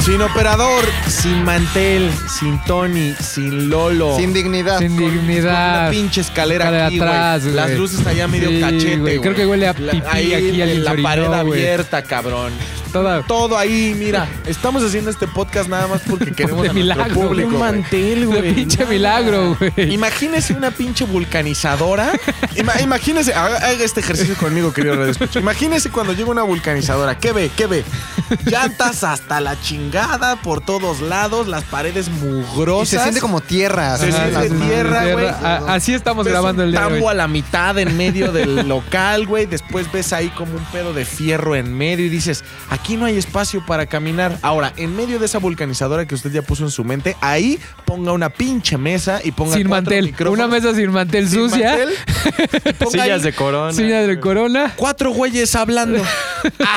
Sin operador, sin mantel, sin Tony, sin Lolo. Sin dignidad. Sin Con- dignidad. con una pinche escalera Escalera aquí, atrás, güey. güey. Las luces allá medio Sí, cachete, güey. güey. Creo que huele a La- pipí ahí, aquí, eh, alguien se La orinó, pared güey. abierta, cabrón. Toda. Todo ahí, mira. Estamos haciendo este podcast nada más porque queremos De a nuestro milagro, público. un güey. mantel, güey. De pinche milagro, güey. Imagínese una pinche vulcanizadora. Ima- imagínese, haga haga este ejercicio conmigo, querido Radio Escucha. Imagínese cuando llega una vulcanizadora. ¿Qué ve? ¿Qué ve? Llantas hasta la chingada por todos lados, las paredes Y mugrosas. se siente como tierra. Se así, Ajá, siente las- sí, sí, tierra, sí, güey. A- Así estamos Ves grabando un el día de tambo a hoy. la mitad en medio del local, güey. Después ves ahí como un pedo de fierro en medio y dices, aquí no hay espacio para caminar. Ahora, en medio de esa vulcanizadora que usted ya puso en su mente, ahí ponga una pinche mesa y ponga Sin cuatro mantel. micrófonos. Una mesa sin mantel Sin sucia. mantel. Y ponga ahí Sillas de corona. Silla de corona. Cuatro güeyes hablando.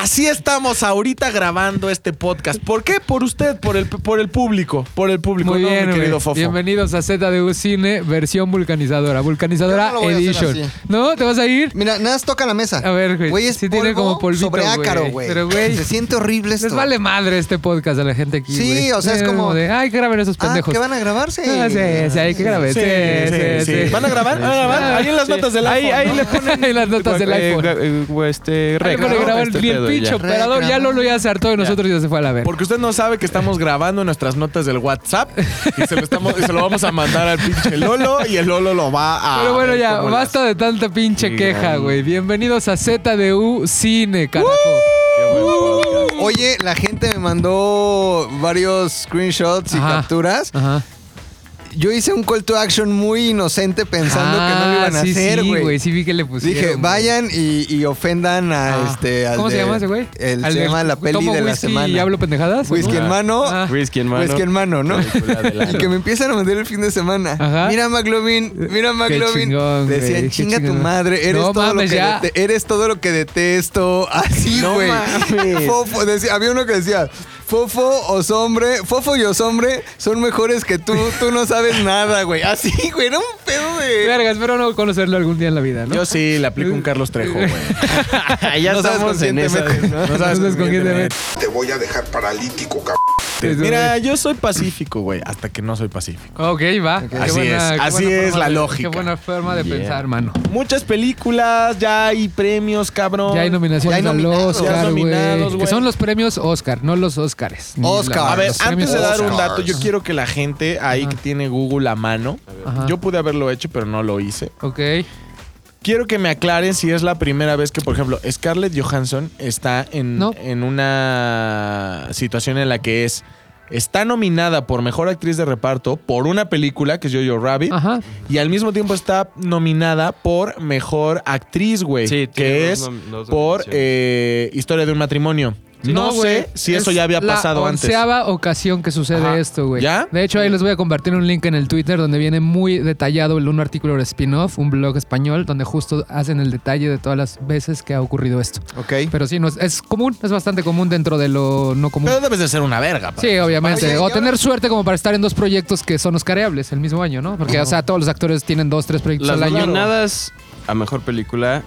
Así estamos ahorita grabando este podcast. ¿Por qué? Por usted, por el, por el público. Por el público, Muy ¿no, mi bien, güey. querido Fofo. Bienvenidos a ZDU Cine, versión vulcanizadora. Yo Vulcanizadora no lo voy a hacer Edition. así. ¿No? ¿Te vas a ir? Mira, nada más toca la mesa. A ver, güey, es sí tiene polvo como polvito, sobre güey. ácaro, güey. Pero, güey, Se siente horrible esto. Les vale madre este podcast a la gente aquí. Sí, güey. o sea, es como- de, ay, que graben esos Ah, pendejos. ¿que van a grabarse? Ah, sí, sí, hay que grabar. Sí, sí, sí, ¿Van a grabar? ¿Van a grabar? Ah, Ahí en las sí. notas del Ahí- iPhone. ahí ¿no? le en las notas del Eh, iPhone. Ah, gra- eh, güey, este, Ahí rec, pone ¿no? grabar el- Este ni el pedo y pinche ya. operador. Ya Lolo ya se hartó de nosotros y ya se fue a la verga. Porque usted no sabe que estamos grabando nuestras notas del WhatsApp y se lo, estamos, y se lo vamos a mandar al pinche Lolo y el Lolo lo va a. Ah, Pero bueno, ver ya, cómo le basta de tanta pinche Sí, queja, gran- güey. Bienvenidos a ZDU Cine, carajo. Qué buen podcast. Oye, la gente me mandó varios screenshots y Ajá. capturas. Ajá. Yo hice un call to action muy inocente pensando que no lo iban Ah, a sí, hacer, Sí, güey. güey, sí vi que le pusieron. Dije, güey. vayan y, y ofendan a Ah. este. al ¿Cómo se de- llama ese güey? el- Al se del- llama La Peli ¿Tomo de la whisky Semana. ¿Y hablo pendejadas? Whisky ¿no? en mano. Ah. Whisky en mano. Whisky en mano, ¿no? Película del Y año. que me empiezan a mandar el fin de semana. Ajá. Mira McLovin, mira Qué McLovin. chingón, güey, Decían, qué chinga tu chingón". madre, eres, No todo mames, lo que ya. dete- eres todo lo que detesto. Así, No güey. mames. Fofo, decía, había uno que decía, Fofo o Sombre, Fofo y Osombre son mejores que tú, tú no sabes nada, güey. Así, güey, era un pedo de... Verga, espero no conocerlo algún día en la vida, ¿no? Yo sí le aplico un Carlos Trejo, güey. ya No sabes estamos en esa. conscientemente, ¿no? No sabes Entonces, ¿con quién te metes? Te voy a dejar paralítico, cabrón. Mira, yo soy pacífico, güey, hasta que no soy pacífico. Ok, va. Qué Así es, qué así buena es forma la de- lógica. Qué buena forma de Yeah. pensar, mano. Muchas películas, ya hay premios, cabrón. Ya hay nominaciones Ya hay al nominados, ya Oscar, hay nominados, güey. Que güey. son los premios Oscar, no los Oscars. ni Oscar. la- A ver, los antes premios de dar Oscar. un dato, yo Ajá. quiero que la gente ahí Ajá. que tiene Google a mano, Ajá. yo pude haberlo hecho, pero no lo hice. Ok. Quiero que me aclaren si es la primera vez que, por ejemplo, Scarlett Johansson está en, No. en una situación en la que es. Está nominada por mejor actriz de reparto por una película que es Jojo Rabbit Ajá. y al mismo tiempo está nominada por mejor actriz, güey, que Sí, tiene es dos nom- dos por nominaciones. eh, Historia de un matrimonio. No, sé güey, si eso ya había pasado la antes. onceava ocasión que sucede Ajá. esto, güey. ¿Ya? De hecho, ahí les voy a compartir un link en el Twitter donde viene muy detallado el- un artículo de spin-off, un blog español, donde justo hacen el detalle de todas las veces que ha ocurrido esto. Ok. Pero sí, no es, es común, es bastante común dentro de lo no común. Pero debes de ser una verga. pa. Sí, obviamente. Oye, y o ahora- tener suerte como para estar en dos proyectos que son oscareables el mismo año, ¿no? Porque, o sea, todos los actores tienen dos, tres proyectos Las al año. nominadas a mejor película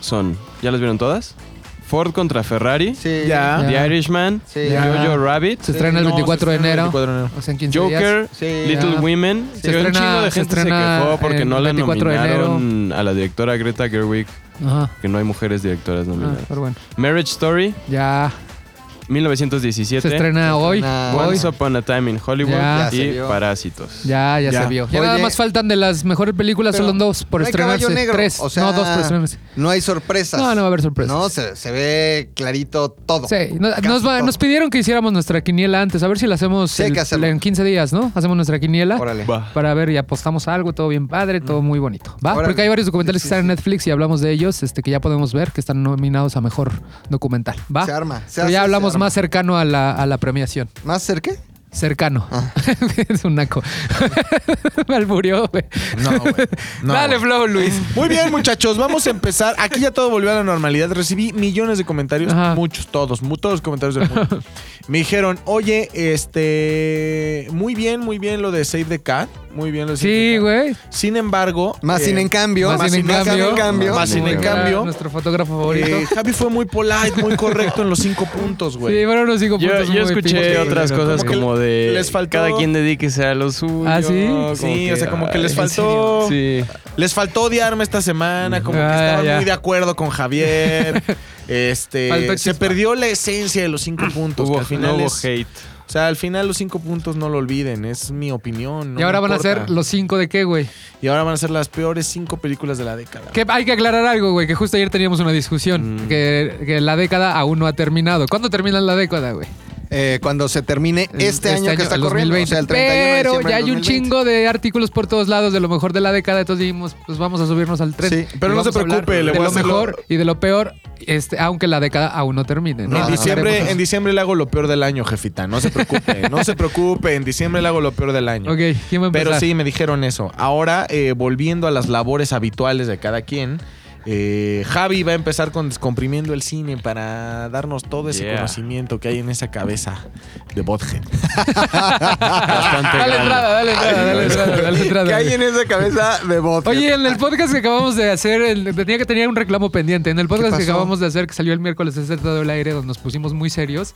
son. ¿Ya las vieron todas? Ford contra Ferrari. Sí. Ya. The Irishman. Sí. Ya. Jojo Rabbit. Se estrena el No, se 24 de estrena el enero. 24 de enero. O sea, en 15 días. Joker. Sí. Little Ya. Women. Se que un estrena- chingo de se gente se estrena quejó porque el no la 24 de enero. nominaron a la directora Greta Gerwig. Ajá. Que no hay mujeres directoras Ah, nominadas. pero bueno, Marriage Story. ya 1917. se estrena hoy. estrena hoy. Once Upon a Time in Hollywood Ya. Ya se y vio. Parásitos. Ya, ya, Ya. se vio. Ya nada Oye. más faltan de las mejores películas, Pero solo dos por no hay estrenarse. caballo negro, Tres, o sea, no dos por estrenarse. No hay sorpresas. No, no va a haber sorpresas. No, se, se ve clarito todo. Sí, no- Casi nos, va- todo. nos pidieron que hiciéramos nuestra quiniela antes. A ver si la hacemos Sí, hay el- que hacerlo. en 15 días, ¿no? Hacemos nuestra quiniela. Órale. Va. para ver y apostamos a algo, todo bien padre, todo muy bonito. ¿Va? Órale. Porque hay varios documentales Sí, que están sí, en Netflix y hablamos de ellos, este que ya podemos ver, que están nominados a mejor documental. ¿Va? Se arma. se Pero hace, ya se hablamos arma. más cercano a la, a la premiación. ¿Más cerca? Cercano. Ah. es un naco. Me alburió, güey. No, güey. No, Dale, güey. flow, Luis. Muy bien, muchachos, vamos a empezar. Aquí ya todo volvió a la normalidad. Recibí millones de comentarios, Ajá. muchos, todos, mu- todos los comentarios del mundo. Me dijeron, oye, este, muy bien, muy bien lo de Save the Cat. muy bien lo Sí, hiciste. güey. Sin embargo. Más eh, sin en cambio. más sin en más cambio. Más sin Muy en bien. cambio. Era Ah, Nuestro fotógrafo favorito. eh, Javi fue muy polite, muy correcto en los cinco puntos, güey. Sí, fueron los cinco Yo, puntos. yo muy escuché pinches, otras pero cosas como que como de les faltó- cada quien dedíquese a lo suyo. Ah, ¿sí? como Sí, o sea, como que ay, les ¿en faltó- serio? Sí. Les faltó odiarme esta semana, como que Ah, estaban ya. muy de acuerdo con Javier. Faltó Este, se chispa. perdió la esencia de los cinco puntos. Pues que Hubo, al final no hubo es- hate. o sea, al final los cinco puntos no lo olviden, es mi opinión. no Y ahora me van a ser importa. los cinco de qué, güey. Y ahora van a ser las peores cinco películas de la década. Que hay que aclarar algo, güey, que justo ayer teníamos una discusión. Mm. Que, que la década aún no ha terminado. ¿Cuándo termina la década, güey? Eh, cuando se termine El- este, año que está el corriendo. 2020. o sea, el 31 de Pero diciembre ya del hay un 2020. chingo de artículos por todos lados de lo mejor de la década. Entonces dijimos, pues vamos a subirnos al tren. Sí, pero Y no se vamos a hablar preocupe, le de voy a lo hacer lo- mejor y de lo peor, este, aunque la década aún no termine. ¿no? en, Hablaremos diciembre, eso. en diciembre le hago lo peor del año, jefita. No se preocupe, no se preocupe. En diciembre le hago lo peor del año. Ok, ¿quién va a empezar? Pero sí, me dijeron eso. Ahora, eh, volviendo a las labores habituales de cada quien, eh, Javi va a empezar con Descomprimiendo el Cine para darnos todo ese Yeah. conocimiento que hay en esa cabeza de Bothead. Ah, Dale entrada, dale entrada, dale entrada, dale entrada. ¿Qué hay en esa cabeza de bot? Oye, en el podcast que acabamos de hacer, el- tenía que tener un reclamo pendiente. En el podcast que pasó? acabamos de hacer, que salió el miércoles de Z del Aire, donde nos pusimos muy serios,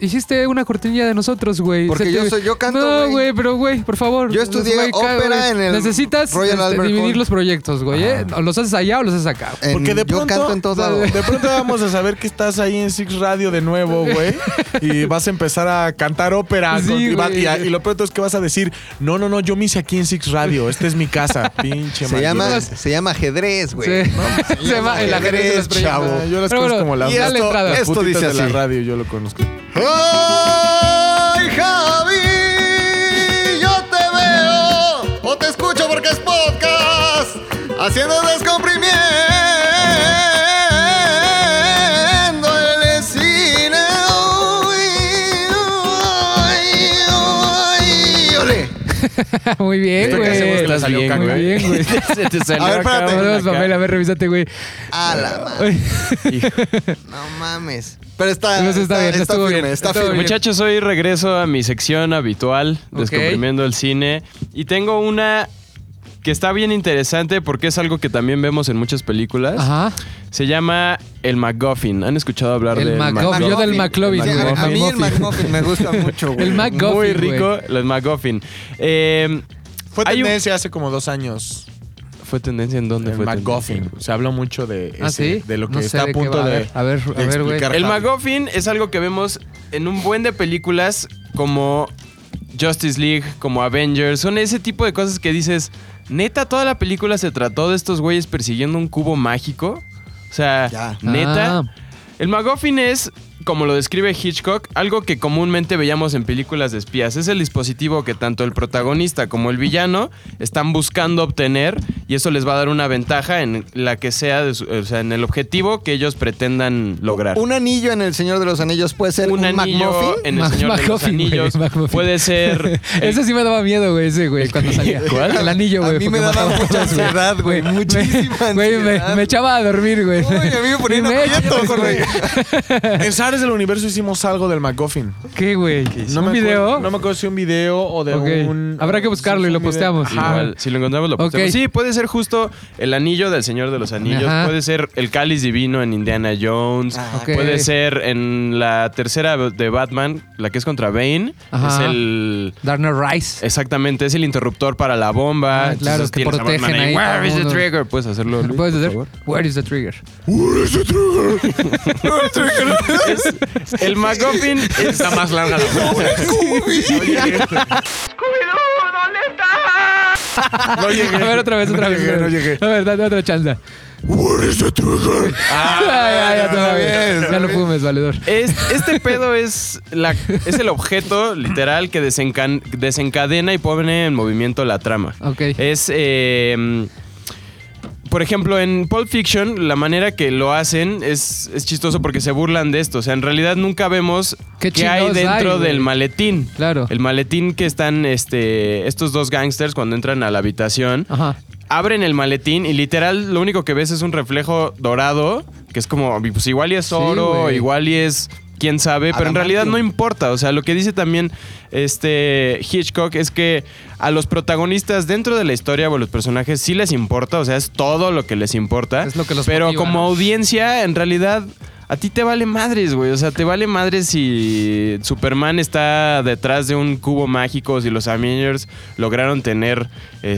hiciste una cortinilla de nosotros, güey. Porque Se yo soy- yo canto, No, güey. güey, pero güey, por favor. Yo estudié Güey, ca- ópera güey. en el Necesitas Royal este, Albert dividir Hall. los proyectos, güey. ¿eh? O los haces allá o los haces acá. En- güey. Porque de yo pronto, canto en todos lados. de pronto vamos a saber que estás ahí en Six Radio de nuevo, güey. Y vas a empezar a cantar ópera. Sí, con- y, va- y a- güey. y lo pronto es que vas a decir, no, no, no, yo me hice aquí en Six Radio. Esta es mi casa. Pinche Se maldito. llama, se llama ajedrez, güey. Sí. Se va el ajedrez de los ajedrez, proyectos. Chavo, yo las conozco Pero bueno, como las, y dale entrada. las Esto putitas dice de la así. radio, yo lo conozco. ¡Ay, Javi! Yo te veo o te escucho porque es podcast haciendo descomprimiendo el cine. Ay, ay, ay, ole. Muy bien, Esto que hacemos que güey. la salió bien, caca, Muy bien, güey. Se te salió A ver, acá, espérate. güey, Vamos, acá. Pamela, a ver, revísate, güey. A la madre, no mames. Pero está, Pues está bien, estuvo firme, bien, está estuvo firme. bien. Muchachos, hoy regreso a mi sección habitual, Ok. Descomprimiendo el Cine. Y tengo una que está bien interesante porque es algo que también vemos en muchas películas. Ajá. Se llama El MacGuffin. ¿Han escuchado hablar El del MacGuffin. Ah, MacGuffin? Yo del McLovin, Sí, güey. a, a mí el McMuffin. McMuffin me gusta mucho, güey. El McGuffin. Muy güey. rico, los MacGuffin. Eh, Fue Hay un- tendencia hace como dos años. ¿Fue tendencia en dónde El fue? McGuffin. tendencia? Se habló mucho de, Ah, ese- sí. de lo que No sé está de a qué punto va. A de. ver, a ver, de a ver, güey. explicar El Javi. MacGuffin es algo que vemos en un buen de películas como Justice League, como Avengers. Son ese tipo de cosas que dices, neta, toda la película se trató de estos güeyes persiguiendo un cubo mágico. O sea, Ya. neta. Ah. El MacGuffin es, como lo describe Hitchcock, algo que comúnmente veíamos en películas de espías. Es el dispositivo que tanto el protagonista como el villano están buscando obtener y eso les va a dar una ventaja en la que sea, de su- o sea, en el objetivo que ellos pretendan lograr Un anillo en El Señor de los Anillos puede ser un, un anillo McMuffin. en el Mac- Señor de los McGuffin, güey, Anillos. McGuffin. Puede ser. Ese sí me daba miedo, güey, ese, güey, cuando salía. ¿Cuál? El anillo, güey. A mí me porque daba mataba mucha muchas, ansiedad, güey, muchísima Güey, me, ansiedad. me echaba a dormir, güey. Uy, a mí me ponían Y me aprietos, echaba, güey. En Zares del Universo hicimos algo del McGuffin. ¿Qué, güey? No ¿Un me video? Acuerdo, no me acuerdo si un video o de Ok. un. Habrá que buscarlo y lo un video. posteamos. Ajá. Igual, si lo encontramos, lo Ok. ponemos. Sí, puede ser justo el anillo del Señor de los Anillos. Ajá. Puede ser el cáliz divino en Indiana Jones. Ah, ok. Puede ser en la tercera de Batman, la que es contra Bane. Ajá. Es el. Darner Rice. Exactamente, es el interruptor para la bomba. Ah, claro, Entonces que tienes a Batman protegen ahí todo Where is the mundo". trigger? Puedes hacerlo. Luis, ¿Puedes Eh, por hacer? favor? Where is the trigger? El MacGuffin está más larga la No llegué. A ver, otra vez, otra No vez. llegué, otra no vez. llegué. A ver, date otra chance. Ah, ya, ya, está bien, ya, está ya no bien. fumes, valedor. Es- este pedo es, la, es el objeto literal que desencan- desencadena y pone en movimiento la trama. Ok. Es, eh, por ejemplo, en Pulp Fiction, la manera que lo hacen es, es chistoso porque se burlan de esto. O sea, en realidad nunca vemos ¿Qué qué, hay chingados hay, dentro güey? del maletín. Claro. El maletín que están este, estos dos gangsters cuando entran a la habitación Ajá. abren el maletín y literal lo único que ves es un reflejo dorado, que es como, pues igual y es Sí, oro, güey. igual y es quién sabe, pero en Adamantio. realidad no importa. O sea, lo que dice también este Hitchcock es que a los protagonistas dentro de la historia o a los personajes sí les importa, o sea, es todo lo que les importa. Es lo que los Pero motiva, como ¿no? audiencia, en realidad. A ti te vale madres, güey. O sea, te vale madres si Superman está detrás de un cubo mágico, si los Avengers lograron tener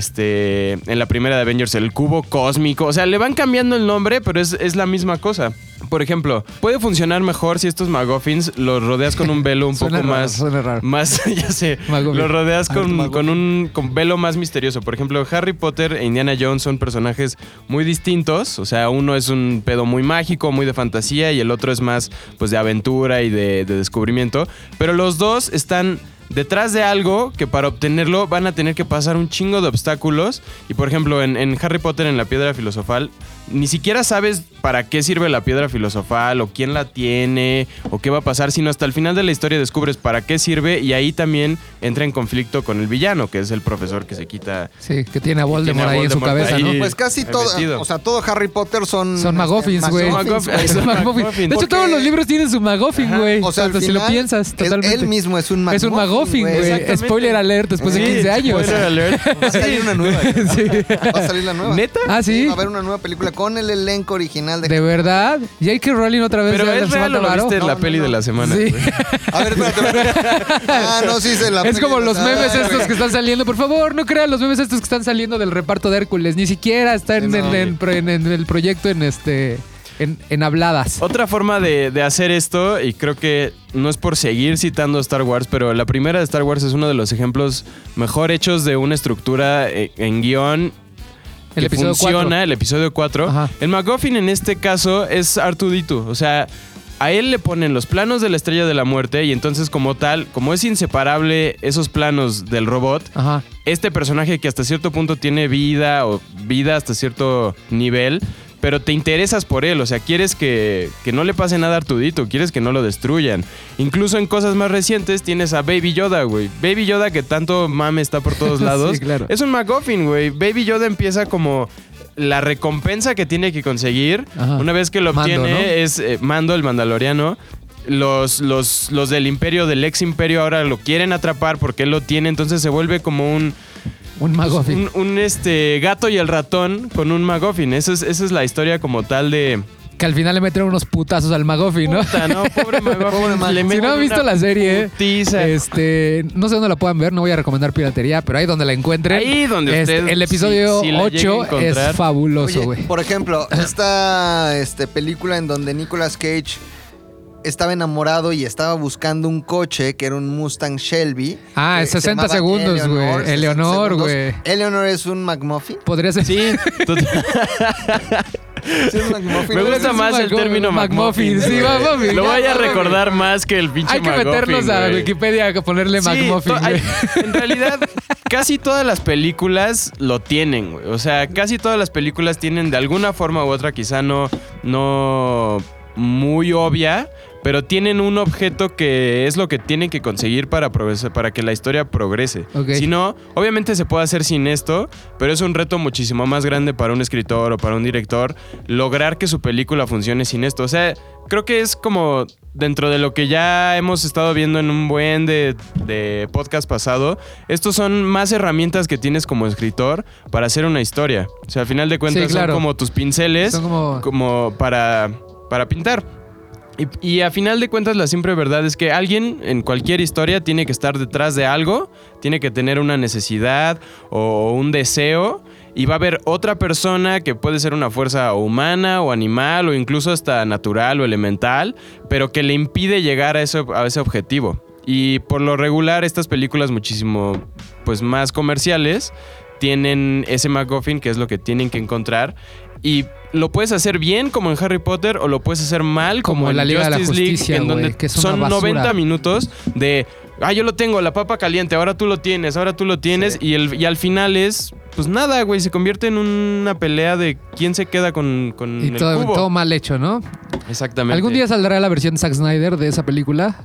este en la primera de Avengers el cubo cósmico. O sea, le van cambiando el nombre, pero es, es la misma cosa. Por ejemplo, puede funcionar mejor si estos magoffins los rodeas con un velo un poco Suena raro, más. suena raro. Más, ya sé. Magoffin. Los rodeas Alto con, Magoffin. con un con velo más misterioso. Por ejemplo, Harry Potter e Indiana Jones son personajes muy distintos. O sea, uno es un pedo muy mágico, muy de fantasía, y el otro es más pues de aventura y de, de descubrimiento. Pero los dos están detrás de algo que para obtenerlo van a tener que pasar un chingo de obstáculos. Y por ejemplo, en, en Harry Potter, en la piedra filosofal, ni siquiera sabes para qué sirve la piedra filosofal o quién la tiene o qué va a pasar, sino hasta el final de la historia descubres para qué sirve y ahí también entra en conflicto con el villano, que es el profesor que se quita. Sí, que tiene a Voldemort ahí en su Voldemort cabeza, ahí. ¿no? Pues casi El todo, vestido. o sea, todo Harry Potter son... Son magoffins, este, güey. magoffins, Magoffin. Es un Magoffin. Magoffin. De hecho, todos Porque- los libros tienen su Magoffin, güey. O sea, al si lo final, piensas, él- totalmente. Él mismo es un es un Magoffin, güey. Exactamente. Spoiler alert después de Sí, 15 años. spoiler alert. Va a salir una nueva. Sí. Va a salir la nueva. ¿Neta? Ah, sí. Va a haber una nueva película con el elenco original de... De verdad. J.K. Rowling otra vez. Pero ya es les real falta o lo varo. viste en la No, peli no, de no. la semana. Sí. güey? A ver, espérate. espérate. Ah, no, sí, se la Es como los memes Ay, estos que están saliendo. Por favor, no crean los memes estos que están saliendo del reparto de Hércules. Ni siquiera está en, Sí, no. en- en- pro- en- en el proyecto en este. En, en habladas. Otra forma de, de hacer esto, y creo que no es por seguir citando Star Wars, pero la primera de Star Wars es uno de los ejemplos mejor hechos de una estructura eh, en guión El que episodio funciona, 4. el episodio 4. Ajá. El MacGuffin en este caso es Artudito. O sea, a él le ponen los planos de la estrella de la muerte y entonces como tal, como es inseparable esos planos del robot, Ajá. este personaje que hasta cierto punto tiene vida o vida hasta cierto nivel, pero te interesas por él, o sea, quieres que, que no le pase nada a Artudito, quieres que no lo destruyan. Incluso en cosas más recientes tienes a Baby Yoda, güey. Baby Yoda que tanto mame está por todos Sí, lados. claro. Es un MacGuffin, güey. Baby Yoda empieza como la recompensa que tiene que conseguir. Ajá. Una vez que lo Mando, obtiene ¿no? es eh, Mando, el mandaloriano. Los, los, los del imperio, del ex imperio, ahora lo quieren atrapar porque él lo tiene. Entonces se vuelve como un, Un Magoffin. un, un, este gato y el ratón con un McGuffin. Esa es, esa es la historia como tal de. Que al final le metieron unos putazos al Magoffin, ¿no? Puta, no, pobre Pobre McGuffin. Mac. le Si meten no han una visto la serie, putiza. Este, no sé dónde la puedan ver, no voy a recomendar piratería, pero ahí donde la encuentren. Ahí donde este, usted- El episodio si- si la llega a 8 es encontrar. fabuloso, Oye, güey. Por ejemplo, esta este, película en donde Nicolas Cage estaba enamorado y estaba buscando un coche que era un Mustang Shelby. Ah, que se 60 llamaba segundos, güey. 60 Eleonor, segundos. güey. Eleonor es un McMuffin. Podría ser. Sí, total- Sí, es un McMuffin. me gusta un más el McGuffin, término un McMuffin. McMuffin, sí, güey. McMuffin, Lo ya, voy a McMuffin. recordar más que el pinche Hay que McGuffin, meternos a güey. Wikipedia a ponerle Sí, McMuffin, to- güey. hay- En realidad, casi todas las películas lo tienen, güey. O sea, casi todas las películas tienen de alguna forma u otra, quizá no, no muy obvia, pero tienen un objeto que es lo que tienen que conseguir para, progresar- para que la historia progrese. Ok. Si no, obviamente se puede hacer sin esto, pero es un reto muchísimo más grande para un escritor o para un director lograr que su película funcione sin esto. O sea, creo que es como dentro de lo que ya hemos estado viendo en un buen de, de podcast pasado, estos son más herramientas que tienes como escritor para hacer una historia. O sea, al final de cuentas claro. son como tus pinceles Son como- como para, para pintar. Y, y a final de cuentas la simple verdad es que alguien en cualquier historia tiene que estar detrás de algo, tiene que tener una necesidad o un deseo y va a haber otra persona que puede ser una fuerza o humana o animal o incluso hasta natural o elemental, pero que le impide llegar a, eso, a ese objetivo. Y por lo regular estas películas muchísimo pues más comerciales tienen ese MacGuffin que es lo que tienen que encontrar y lo puedes hacer bien como en Harry Potter o lo puedes hacer mal como, Como en la Liga de la Justice League Justicia, en güey, donde que es una son basura. 90 minutos de ah yo lo tengo la papa caliente ahora tú lo tienes ahora tú lo tienes y el y al final es pues nada güey se convierte en una pelea de quién se queda con, con Y el todo, cubo todo mal hecho, ¿no? exactamente ¿Algún día saldrá la versión Zack Snyder de esa película?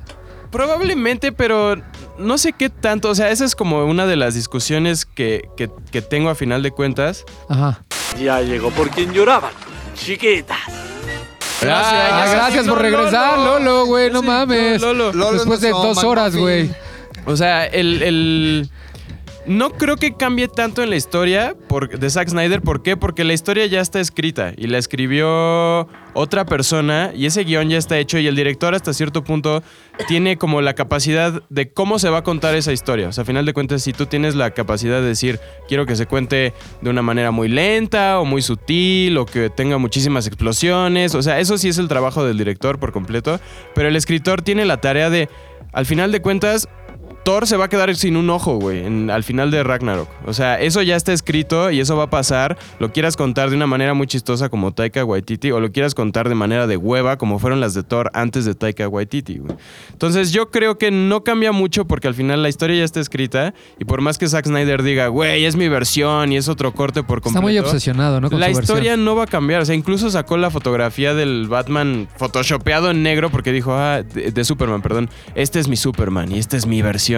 Probablemente, pero no sé qué tanto. O sea, esa es como una de las discusiones que, que- que tengo a final de cuentas. Ajá. Ya llegó por quien lloraban, chiquitas. Gracias. Ah, ya se gracias asignó por regresar, Lolo, güey, no Ya se asignó mames. Lolo. Lolo Después es de nuestro dos horas, güey. McMuffin. O sea, el, el- No creo que cambie tanto en la historia por- de Zack Snyder. ¿Por qué? Porque la historia ya está escrita y la escribió otra persona y ese guión ya está hecho y el director hasta cierto punto tiene como la capacidad de cómo se va a contar esa historia. O sea, a final de cuentas, si tú tienes la capacidad de decir, quiero que se cuente de una manera muy lenta o muy sutil o que tenga muchísimas explosiones. O sea, eso sí es el trabajo del director por completo. Pero el escritor tiene la tarea de, al final de cuentas, Thor se va a quedar sin un ojo, güey, en- al final de Ragnarok. O sea, eso ya está escrito y eso va a pasar. Lo quieras contar de una manera muy chistosa como Taika Waititi o lo quieras contar de manera de hueva como fueron las de Thor antes de Taika Waititi, güey. Entonces yo creo que no cambia mucho porque al final la historia ya está escrita y por más que Zack Snyder diga, güey, es mi versión y es otro corte por completo. Está muy obsesionado, ¿no? Con La su versión. historia no va a cambiar. O sea, incluso sacó la fotografía del Batman photoshopeado en negro porque dijo, ah, de, de Superman, perdón. Este es mi Superman y esta es mi versión.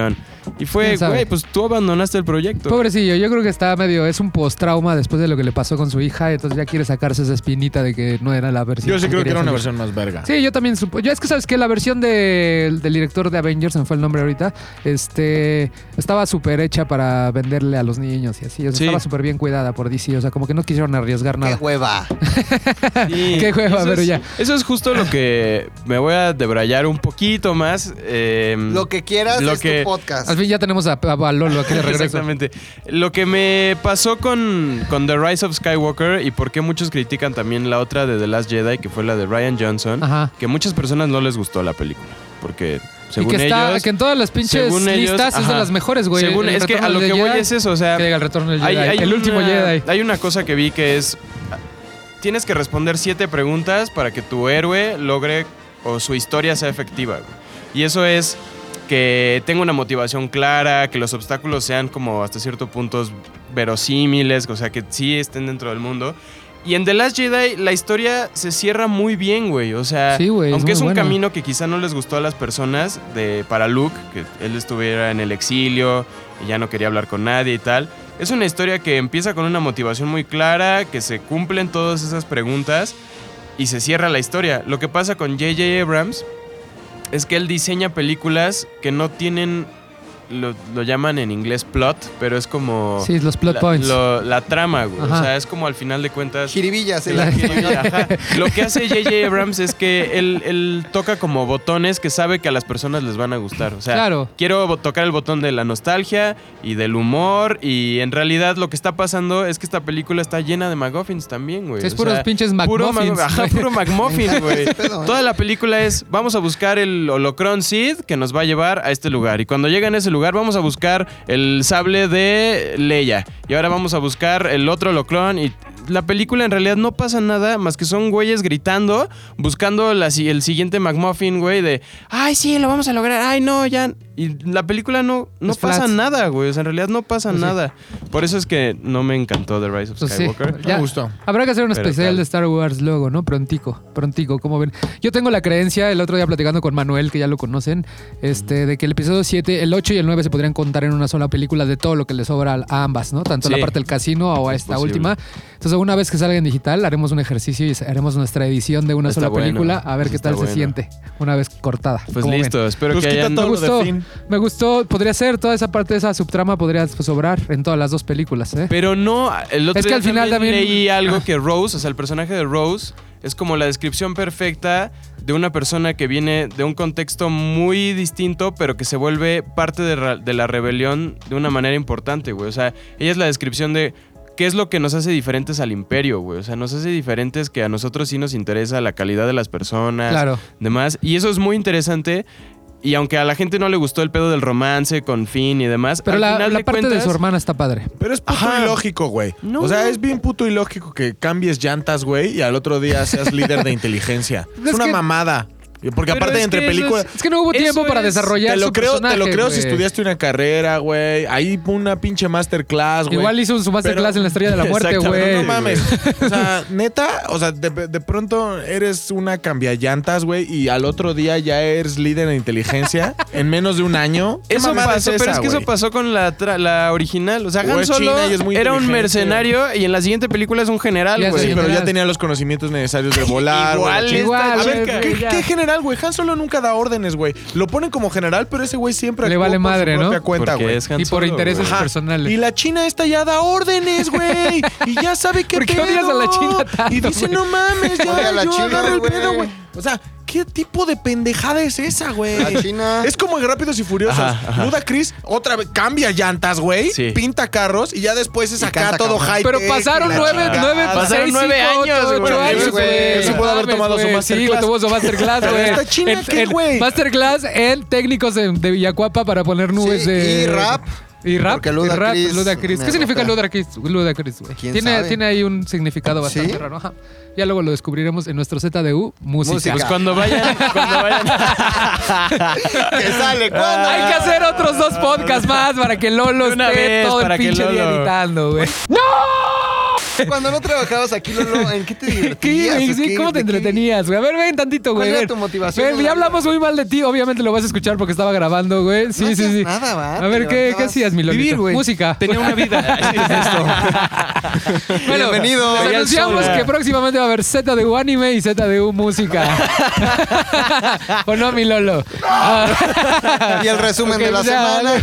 Y fue, ¿Quién sabe? güey, pues tú abandonaste el proyecto. Pobrecillo, yo creo que está medio, es un post-trauma después de lo que le pasó con su hija, entonces ya quiere sacarse esa espinita de que no era la versión. Yo sí creo que era quería una versión salir. más verga. Sí, yo también supo. Yo es que sabes que la versión de- del director de Avengers, se me fue el nombre ahorita, este estaba súper hecha para venderle a los niños y así. o sea, Sí. Estaba súper bien cuidada por DC, o sea, como que no quisieron arriesgar ¡Qué nada. hueva! Sí. Pues, Qué hueva, Eso pero es- ya. Eso es justo lo que me voy a debrayar un poquito más. eh, Lo que quieras Lo es que- tu podcast. Al fin ya tenemos a, a- a Lolo aquí de regreso. Exactamente. Lo que me pasó con, con The Rise of Skywalker y por qué muchos critican también la otra de The Last Jedi, que fue la de Ryan Johnson, Ajá. que muchas personas no les gustó la película. Porque según y que está, ellos. que en todas las pinches según listas es ellos, de ajá. las mejores, güey. Según- El es que a retorno lo del que voy Jedi, es eso, o sea. que llega el retorno del Jedi. hay- hay el una- último Jedi. Hay una cosa que vi que es. Tienes que responder siete preguntas para que tu héroe logre o su historia sea efectiva. güey. Y eso es que tenga una motivación clara, que los obstáculos sean como hasta cierto punto verosímiles, o sea, que sí estén dentro del mundo. Y en The Last Jedi la historia se cierra muy bien, güey. O sea, Sí, güey, es muy aunque es, un buena. camino que quizá no les gustó a las personas de para Luke, que él estuviera en el exilio y ya no quería hablar con nadie y tal. Es una historia que empieza con una motivación muy clara, que se cumplen todas esas preguntas y se cierra la historia. Lo que pasa con J.J. Abrams es que él diseña películas que no tienen, lo, lo llaman en inglés plot, pero es como Sí, los plot la, points. lo- la trama, güey. Ajá. O sea, es como al final de cuentas... Jiribillas, Sí, ¿eh? la jiribilla, ajá. Lo que hace J.J. Abrams es que él, él toca como botones que sabe que a las personas les van a gustar. O sea, Claro. quiero bo- tocar el botón de la nostalgia y del humor. Y en realidad lo que está pasando es que esta película está llena de McGuffins también, güey. Sí, es O puros sea, pinches Puro, McMuffins, Este, Mag- ajá, güey. puro McMuffin, güey. pedo, ¿eh? Toda la película es, vamos a buscar el Holocron Seed que nos va a llevar a este lugar. Y cuando llegan a ese lugar, vamos a buscar el sable de Leia. Y ahora vamos a buscar el otro Holocron. Y la película en realidad no pasa nada más que son güeyes gritando, buscando la si- el siguiente McMuffin, güey, de, ay, sí, lo vamos a lograr, ay, no, ya. Y la película no, no Es pasa flat. nada, güey. O sea, en realidad no pasa Pues sí. nada. Por eso es que no me encantó The Rise of Pues sí. Skywalker. Me Ya. gustó. Habrá que hacer un Pero especial tal. de Star Wars luego, ¿no? Prontico, prontico, como ven. Yo tengo la creencia, el otro día platicando con Manuel, que ya lo conocen, este, de que el episodio 7, el 8 y el 9 se podrían contar en una sola película de todo lo que le sobra a ambas, ¿no? Tanto Sí. la parte del casino o a Es esta posible. última. Entonces, una vez que salga en digital, haremos un ejercicio y haremos nuestra edición de una Está sola bueno, película, a ver eso qué está tal se bueno. siente una vez cortada. Pues ¿Cómo ven? listo, espero Pues que quita hayan... todo Me lo de gustó. Finn. Me gustó, podría ser, toda esa parte, esa subtrama podría pues, sobrar en todas las dos películas, ¿eh? Pero no, el otro Es que día al final también- Ah. leí algo que Rose, o sea, el personaje de Rose, es como la descripción perfecta de una persona que viene de un contexto muy distinto, pero que se vuelve parte de, ra- de la rebelión de una manera importante, güey. O sea, ella es la descripción de qué es lo que nos hace diferentes al imperio, güey. O sea, nos hace diferentes que a nosotros sí nos interesa la calidad de las personas, Claro. demás. Y eso es muy interesante. Y aunque a la gente no le gustó el pedo del romance con Finn y demás, Pero al la, final la de parte de cuentas- su hermana está padre. Pero es puto Ajá. ilógico, güey. No. O sea, es bien puto ilógico que cambies llantas, güey, y al otro día seas líder de inteligencia. Es, Es una que- mamada. Porque Pero aparte es entre que eso películas... Es que no hubo Eso tiempo para es- desarrollar Te lo su creo, personaje, te lo creo si güey. estudiaste una carrera, güey. Ahí una pinche masterclass, güey. Igual hizo su masterclass en la Estrella de la Muerte, Exacto, güey. No mames. O sea, neta, o sea, de, de pronto eres una cambiallantas, güey, y al otro día ya eres líder en inteligencia en menos de un año. ¿Qué Eso mamada pasó, pero esa, es que eso güey? pasó con la, tra- la original. O sea, O Han es Solo China y es muy era un inteligente. mercenario y en la siguiente película es un general, Ya güey. Sí, sé. pero ya General. tenía los conocimientos necesarios de volar. güey, la Igual, chingada. Igual, A ver, güey, ¿qué, ya. qué general, güey? Han Solo nunca da órdenes, güey. Lo ponen como general, pero ese güey siempre Le actuó vale por madre, su ¿no? propia cuenta, Porque güey. es Han Y por Solo, intereses güey. Ajá. personales. Y la China esta ya da órdenes, güey. Y ya sabe qué ¿Por qué pedo. odias a la China tanto, Y dice, güey? no mames, Odia ya a la yo China, agarro el güey. pedo, güey. O sea, ¿qué tipo de pendejada es esa, güey? La China. Es como en Rápidos y Furiosos. Ajá, ajá. Luda Chris otra vez cambia llantas, güey. Sí. Pinta carros y ya después es acá canta todo cabrón. high Pero pasaron nueve, nueve, Pasaron seis, nueve cinco, años, ocho, güey. ocho años, güey. güey. Eso pudo haber Mames, tomado su güey. Sí, masterclass. güey, tuvo su masterclass, Pero güey. esta china, En- ¿qué, en- güey? Masterclass en técnicos de, de Villacuapa para poner nubes Sí, de... y rap. Y rap, Porque Ludacris y rap, Ludacris. me ¿Qué significa rota. Ludacris, Ludacris güey? ¿Quién Tiene, sabe? tiene ahí un significado bastante ¿Sí? raro. ajá. Ya luego lo descubriremos en nuestro ZDU, música. Música. Pues cuando vayan, cuando vayan. Que sale cuando. Hay que hacer otros dos podcasts más para que Lolo De una esté vez, todo el para que pinche día Lolo- editando, güey. Cuando no trabajabas aquí, Lolo, ¿en qué te Ah. ¿Qué, divertías? güey? o Sí, qué? ¿Cómo te ¿De qué? entretenías, güey? A ver, ven tantito, güey. ¿Cuál era ven. tu motivación Ven, en ya la hablamos muy mal de ti. Obviamente lo vas a escuchar porque estaba grabando, güey. Sí, No sí, hacías sí. nada, ¿va? A ver, Te ¿qué, ¿qué levantabas. hacías, mi Lolito? Vivir, güey. Música. Tenía una vida. Bueno, Bienvenido. les Veía el anunciamos sol, que güey. próximamente va a haber ZDU anime y ZDU música. ¿O no, mi Lolo? Ah. Y el resumen Ok, de la pues ya, semana.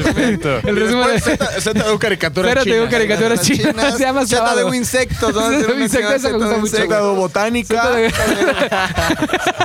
El resumen de... ZDU caricatura Espérate, china. un caricatura Las china. Se llama Zeta sábado. de un insecto. ¿no? Zeta de Hacer un una insecto, actividad eso me gusta mucho, Zeta de ZDU un botánica. ZDU. insecto.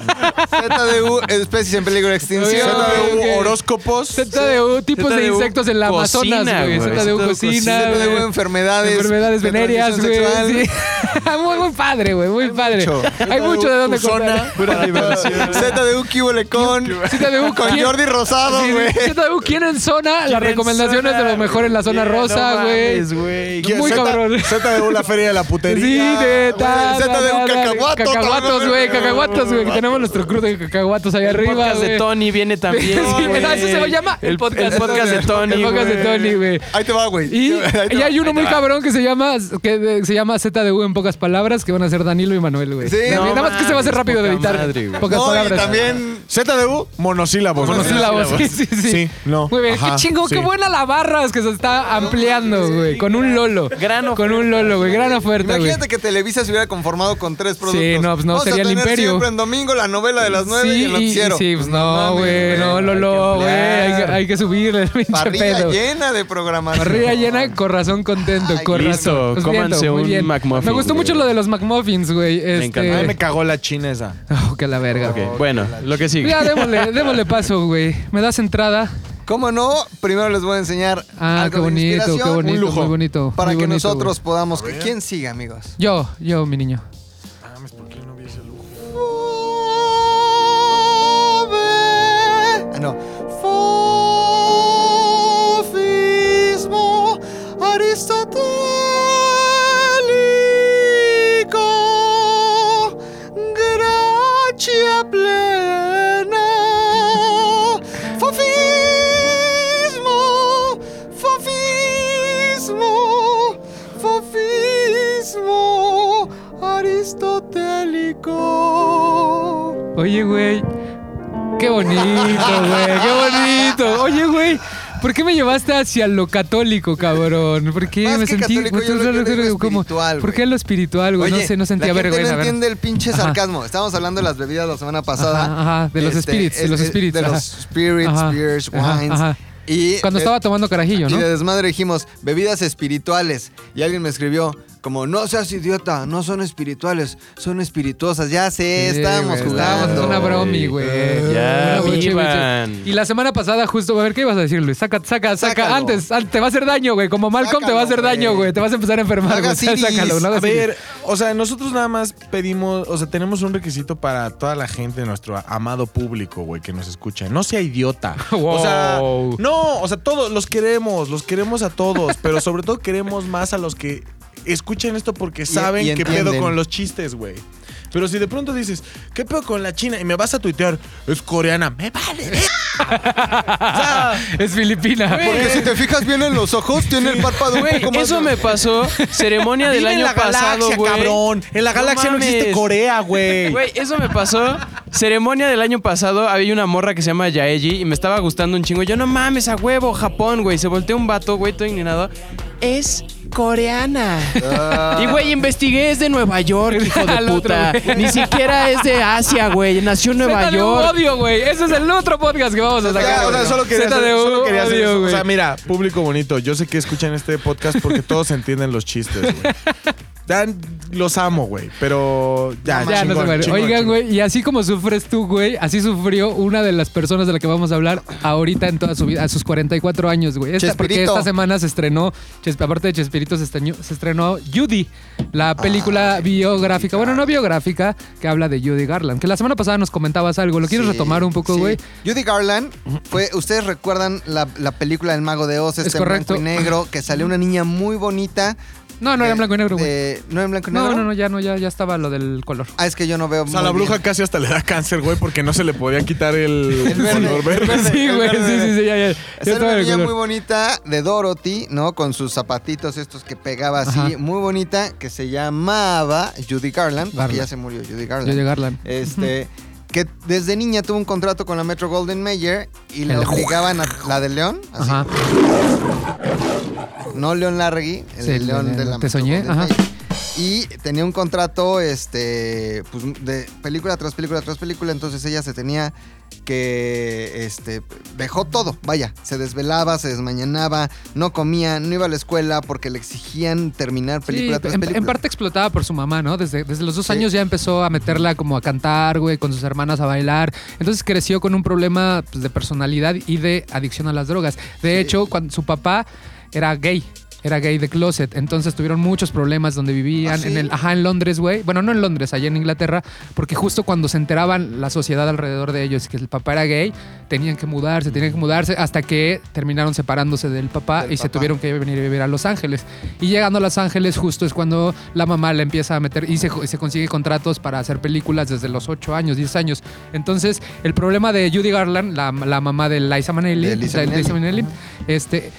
Zeta de un especies en peligro de extinción. Oigan, Zeta de ZDU un- ok. horóscopos. ZDU, tipos de ZDU insectos en la cocina, Amazonas, güey. güey. ZDU ZDU cocina, Zeta de un güey. enfermedades. Enfermedades de venéreas, güey. transmisión sexual. sí. muy, muy padre, güey. Muy padre. mucho. Hay mucho de dónde cortar. Pura diversión. Zeta de un kibole con. ZDU, Con ¿quién- Jordi Rosado, Sí, güey. ZDU, ¿quién en zona? Las recomendaciones de lo mejor en la zona rosa, güey. ¿Qué? Muy Z- cabrón. ZDU la feria de la Sí, putería. de ta, Zeta ta, de un ta, ta, cacahuato, Cacahuatos, cabrón. güey, cacahuatos, güey. que Tenemos nuestro crudo de cacahuatos ahí El arriba, podcast de güey. Tony viene también. Sí, güey. ¿verdad? Eso se llama el podcast, el podcast de Tony. El podcast de güey. Tony, güey. Ahí te va, güey. Y, Ahí te y va. hay uno muy cabrón que se llama que de- se llama ZDU en pocas palabras, que van a ser Danilo y Manuel, güey. Sí. También, No nada más que se va a hacer mames, rápido de poca editar. madre, güey. pocas No, y palabras. también. ZDU, monosílabos. Conocí la voz. Sí, sí, sí. Sí, no. Muy bien. Ajá, qué chingo, sí. qué buena la barra es que se está ampliando, güey. Con un Lolo. Gran Con un Lolo, güey. Gran oferta, güey. Imagínate que Televisa se hubiera conformado con tres productos. no, pues no, Vamos a sería el tener imperio. Siempre en domingo la novela de las nueve y el Sí, noticiero. sí, pues no, güey. No, Lolo, güey. Hay, que- hay que subirle el pinche Parrilla pedo. llena de programación. Parrilla llena, corazón contento, Ay, corazón. listo, Pues cómanse muy un McMuffin, Me gustó güey. mucho lo de los McMuffins, güey. Este... encanta. Ay, me cagó la china esa. Oh, que la verga. Pues Ok, bueno, lo que sigue. Ya, démosle, démosle paso, güey. ¿Me das entrada? ¿Cómo no? Primero les voy a enseñar Ah, algo qué de bonito, inspiración qué bonito, lujo. muy bonito. para muy que bonito, nosotros güey. podamos... ¿Quién sigue, amigos? Yo, yo, mi niño. Ah, no. Fofismo aristotélico. Gracia plena. Fofismo. Fofismo. Fofismo aristotélico. Oye, güey. Qué bonito, güey. Qué bonito. Oye, güey. ¿Por qué me llevaste hacia lo católico, cabrón? ¿Por qué Más me que sentí católico, yo lo- yo le digo espiritual, ¿Por güey. qué lo espiritual, güey? No Oye, sé, no sentía la gente vergüenza. a No ver. entiende el pinche Ajá. sarcasmo. Estábamos hablando de las bebidas la semana pasada. Este, Ajá, ajá, de los spirits, de los spirits, De ajá. los spirits, Ajá, beers, ajá, wines. ajá. Y Cuando de- estaba tomando carajillo, Y ¿no? de desmadre dijimos, bebidas espirituales. Y alguien me escribió, como, no seas idiota, no son espirituales, son espirituosas. Ya sé, Sí, estábamos güey, jugando. Estábamos en una bromi, Sí. Eh, güey. Una Ya, broche, vivan. güey. Y la semana pasada, justo, a ver, ¿qué ibas a decir, Luis? Saca, saca, saca. Sácalo. Antes, antes, te va a hacer daño, güey. Como Malcolm te va a hacer Sácalo, daño, güey. güey. Te vas a empezar a enfermar, No güey. hagas iris. Sácalo, no A hagas iris. ver, o sea, nosotros nada más pedimos, o sea, tenemos un requisito para toda la gente, nuestro amado público, güey, que nos escucha. No sea idiota. O sea, Wow. no, o sea, todos los queremos, los queremos a todos, pero sobre todo queremos más a los que escuchen esto porque saben que y entienden. pedo con los chistes, güey. Pero si de pronto dices, ¿qué pedo con la China? Y me vas a tuitear, es coreana, me vale. O sea, Es Filipina. Porque si te fijas bien en los ojos, tiene el párpado un Güey, poco más. eso me pasó. Ceremonia del vive año en la pasado, galaxia, güey. cabrón. En la galaxia no, existe mames. Corea, güey. Güey, eso me pasó. Ceremonia del año pasado, había una morra que se llama Yaeji y me estaba gustando un chingo. Yo no mames, a huevo, Japón, güey. Se volteó un vato, güey, todo indignado. Es coreana. Ah. Y, güey, investigué, es de Nueva York, hijo de Al otro, puta. güey. Ni siquiera es de Asia, güey. Nació en Nueva ZDU York. odio, güey. Ese es el otro podcast que vamos a sacar. Ya, o sea, güey. solo quería, hacer- ZDU solo quería hacer odio, eso. O güey. sea, mira, público bonito, yo sé que escuchan este podcast porque todos entienden los chistes, güey. Dan- Los amo, güey, pero ya, Ah, Ya, no se chingón, muere. chingón, Oigan, chingón. güey, y así como sufres tú, güey, así sufrió una de las personas de la que vamos a hablar ahorita en toda su vida, a sus 44 años, güey. Esta- porque Chespirito. esta semana se estrenó, Chesp- aparte de Chespirito, se estrenó, se estrenó Judy, la Ah, película biográfica, bueno, no biográfica, que habla de Judy Garland. Que la semana pasada nos comentabas algo, ¿lo quieres Sí, retomar un poco, sí. güey? Judy Garland fue. Ustedes recuerdan la, la película del Mago de Oz, Es este en blanco correcto. Ah, y negro, que salió una niña muy bonita. No, no era en blanco y negro, güey. de- ¿No era en blanco y negro? No, no, no, ya no, ya, ya estaba lo del color. Ah, es que yo no veo. O sea, la bruja casi hasta le da cáncer, güey, porque no se le podía quitar el, El verde, color verde. el verde. Sí, güey, verde, sí, sí, sí, ya, ya. ya Es estaba una de niña color. muy bonita de Dorothy, ¿no? Con sus zapatitos estos que pegaba así, Ajá. muy bonita, que se llamaba Judy Garland, porque Garland. ya se murió Judy Judy Garland. Garland. Este, que desde niña tuvo un contrato con la Metro Golden Mayer y la El- obligaban a la de León, así, Ajá. no León Largui, el Sí, de León el- de la Te Metro soñé, Golden ajá. Mayer. Y tenía un contrato este pues, de película tras película tras película, entonces ella se tenía que este dejó todo, vaya, se desvelaba, se desmañanaba, no comía, no iba a la escuela porque le exigían terminar película Sí, tras en, película. en parte explotada por su mamá, ¿no? Desde, desde los dos Sí. años ya empezó a meterla como a cantar, güey, con sus hermanas a bailar. Entonces creció con un problema pues, de personalidad y de adicción a las drogas. De hecho, cuando su papá era gay. Era gay de closet, entonces tuvieron muchos problemas donde vivían, ¿Ah, sí? en el, ajá, en Londres, güey. Bueno, no en Londres, allá en Inglaterra, porque justo cuando se enteraban la sociedad alrededor de ellos que el papá era gay, tenían que mudarse, tenían que mudarse, hasta que terminaron separándose del papá Del y se papá. tuvieron que venir a vivir a Los Ángeles. Y llegando a Los Ángeles justo es cuando la mamá la empieza a meter y se, se consigue contratos para hacer películas desde los 8 años, 10 años. Entonces, el problema de Judy Garland, la, la mamá de Liza Minnelli, De Liza de Liza Minnelli. Minnelli, este...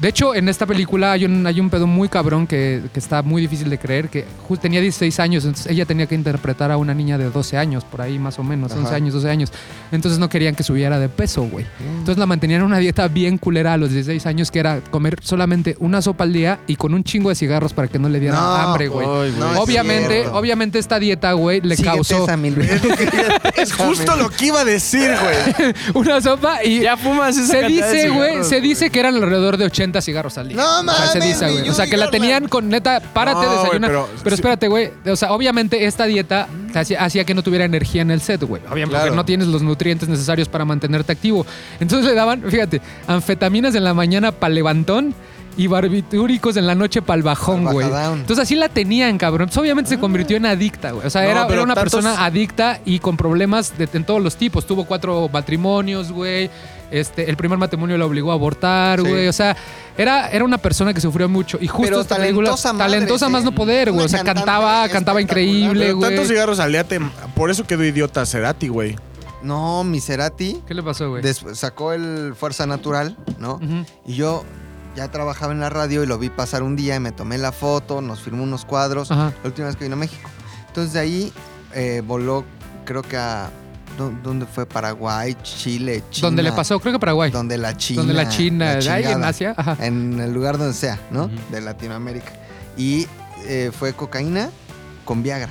De hecho, en esta película hay un, hay un pedo muy cabrón que, que está muy difícil de creer, que ju- tenía 16 años, entonces ella tenía que interpretar a una niña de 12 años, por ahí más o menos, Ajá. 11 años, 12 años. Entonces no querían que subiera de peso, güey. Oh. Entonces la mantenían en una dieta bien culera a los 16 años, que era comer solamente una sopa al día y con un chingo de cigarros para que no le diera No, hambre, güey. Ay, No, güey. es obviamente, cierto. obviamente esta dieta, güey, le Síguete causó esa, mi Luis. Es justo lo que iba a decir, güey. una sopa y Ya fumas esa se cantidad de dice, güey, cigarros, se dice que eran alrededor de 80 cigarros al día. No O sea, se mames, dice, mi güey. O sea, Judy que la Garland. tenían con neta, párate, No, güey, desayuna. pero- pero, espérate, güey. O sea, obviamente esta dieta te hacía, hacía que no tuviera energía en el set, güey. Obviamente, Claro. porque no tienes los nutrientes necesarios para mantenerte activo. Entonces le daban, fíjate, anfetaminas en la mañana para levantón. Y barbitúricos en la noche para el bajón, Pa'l güey. bajadón. Entonces así la tenían, cabrón. Entonces, obviamente se convirtió en adicta, güey. O sea, No, era, pero era una tantos- persona adicta y con problemas de, en todos los tipos. Tuvo cuatro matrimonios, güey. Este, el primer matrimonio la obligó a abortar, Sí. güey. O sea, era, era una persona que sufrió mucho. Y justo Pero esta película- talentosa madre, talentosa sí. más no poder, Una güey. O sea, cantante cantaba, cantaba increíble, Pero güey. tantos cigarros al día, te- por eso quedó idiota Cerati, güey. No, Miserati ¿Qué le pasó, güey? después sacó el Fuerza Natural, ¿no? Ujú. Y yo ya trabajaba en la radio y lo vi pasar un día y me tomé la foto, nos firmó unos cuadros. Ajá. La última vez que vino a México. Entonces de ahí eh, voló, creo que a. ¿dó- ¿Dónde fue? Paraguay, Chile, China. ¿Dónde le pasó? Creo que Paraguay. Donde la China. Donde la China, la Eh. ahí en chingada. Asia. Ajá. En el lugar donde sea, ¿no? Ujú. De Latinoamérica. Y eh, fue cocaína con Viagra.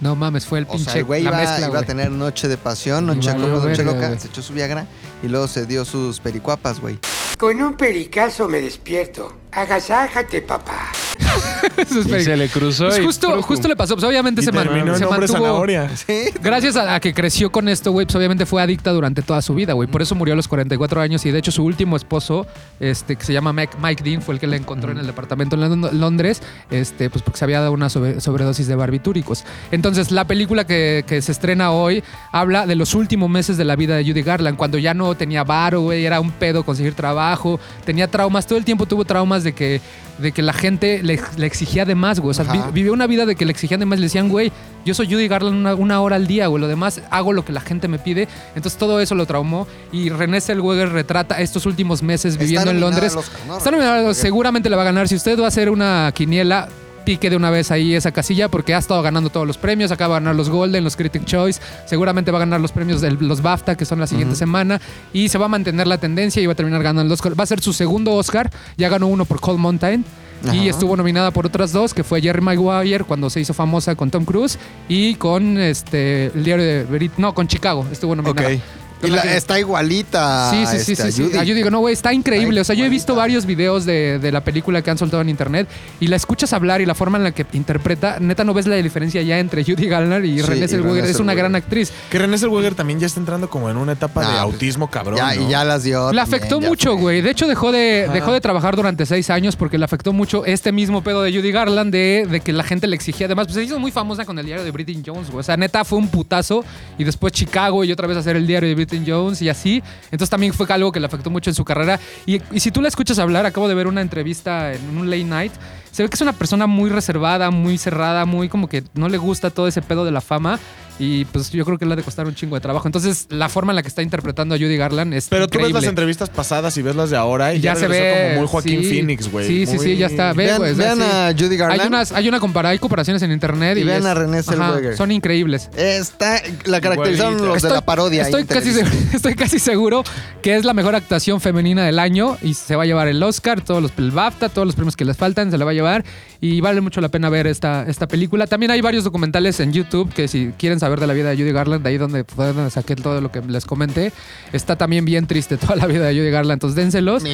No mames, fue el O pinche sea, el güey la iba, mezcla, iba a güey. tener noche de pasión, noche, valió como noche verga, loca, güey. se echó su Viagra y luego se dio sus pericuapas, güey. Con un pericazo me despierto. Agasájate, papá. Eso es Y se verga. le cruzó. Pues y justo, ¡prum! justo le pasó. Pues obviamente Y se, man- terminó se en hombre mantuvo. zanahoria. Sí, Gracias a, a que creció con esto, güey, pues obviamente fue adicta durante toda su vida, güey. Por eso murió a los 44 años y de hecho su último esposo, este, que se llama Mike, Mike Dean, fue el que la encontró en el departamento en Lond- Londres, este, pues porque se había dado una sobre- sobredosis de barbitúricos. Entonces, la película que, que se estrena hoy habla de los últimos meses de la vida de Judy Garland, cuando ya no tenía varo, güey, era un pedo conseguir trabajo, tenía traumas, todo el tiempo tuvo traumas de que, de que la gente le, le exigía de más, güey. O sea, vi- Ajá. vivió una vida de que le exigían de más. Le decían, güey, yo soy Judy Garland una, una hora al día, güey. Lo demás hago lo que la gente me pide. Entonces todo eso lo traumó. Y René Zellweger retrata estos últimos meses Está viviendo en nominada Londres. al Oscar, ¿no? Está nominada, Porque- seguramente la va a ganar. Si usted va a hacer una quiniela, pique de una vez ahí esa casilla porque ha estado ganando todos los premios. Acaba de ganar los Golden, los Critic Choice. Seguramente va a ganar los premios de los BAFTA, que son la siguiente semana. Y se va a mantener la tendencia y va a terminar ganando el Oscar. Va a ser su segundo Oscar. Ya ganó uno por Cold Mountain. Ajá. Y estuvo nominada por otras dos, que fue Jerry Maguire cuando se hizo famosa con Tom Cruise y con este el diario de Verit- no, con Chicago estuvo nominada. Y Con la la- que- está igualita. Sí, sí, sí, este, a sí, sí. Judy. Ah, Yo digo, no, güey, está increíble. Ay, O sea, yo he bonita. visto varios videos de, de la película que han soltado en internet y la escuchas hablar y la forma en la que interpreta, neta no ves la diferencia ya entre Judy Garland y Sí, René y Zellweger. Renée Es una Zellweger. gran actriz. Que René Zellweger también ya está entrando como en una etapa Ah, de pues, autismo cabrón. Ya, ¿no? y ya las dio. también, La afectó ya mucho, fue. güey. De hecho, dejó de, dejó de trabajar durante seis años porque le afectó mucho este mismo pedo de Judy Garland, de, de que la gente le exigía. Además, pues se hizo muy famosa con el diario de Britney Jones, güey. O sea, neta, fue un putazo. Y después Chicago y otra vez hacer el diario de Britney Jones y así. Entonces también fue algo que le afectó mucho en su carrera. Y, y si tú la escuchas hablar, acabo de ver una entrevista en un late night. Se ve que es una persona muy reservada, muy cerrada, muy como que no le gusta todo ese pedo de la fama. Y pues yo creo que le ha de costar un chingo de trabajo. Entonces, la forma en la que está interpretando a Judy Garland es Pero tú ves las increíble. entrevistas pasadas y ves las de ahora y ya, se regresó ve como muy Joaquín sí. Phoenix, güey. Sí, sí, Muy- sí, ya está. Ve, Vean, güey, ve, vean sí. a Judy Garland. Hay unas, hay una compara- hay comparaciones en internet y, Y vean es- a René ajá, Zellweger. son increíbles. Está, la caracterizaron Igualita. los de la parodia. ahí Estoy en casi, televisión. seguro, estoy casi seguro que es la mejor actuación femenina del año y se va a llevar el Oscar, todos los el BAFTA, todos los premios que les faltan, se la va a llevar y vale mucho la pena ver esta, esta película. También hay varios documentales en YouTube que si quieren saber de la vida de Judy Garland, de ahí donde, fue donde saqué todo lo que les comenté, está también bien triste toda la vida de Judy Garland, entonces dénselos.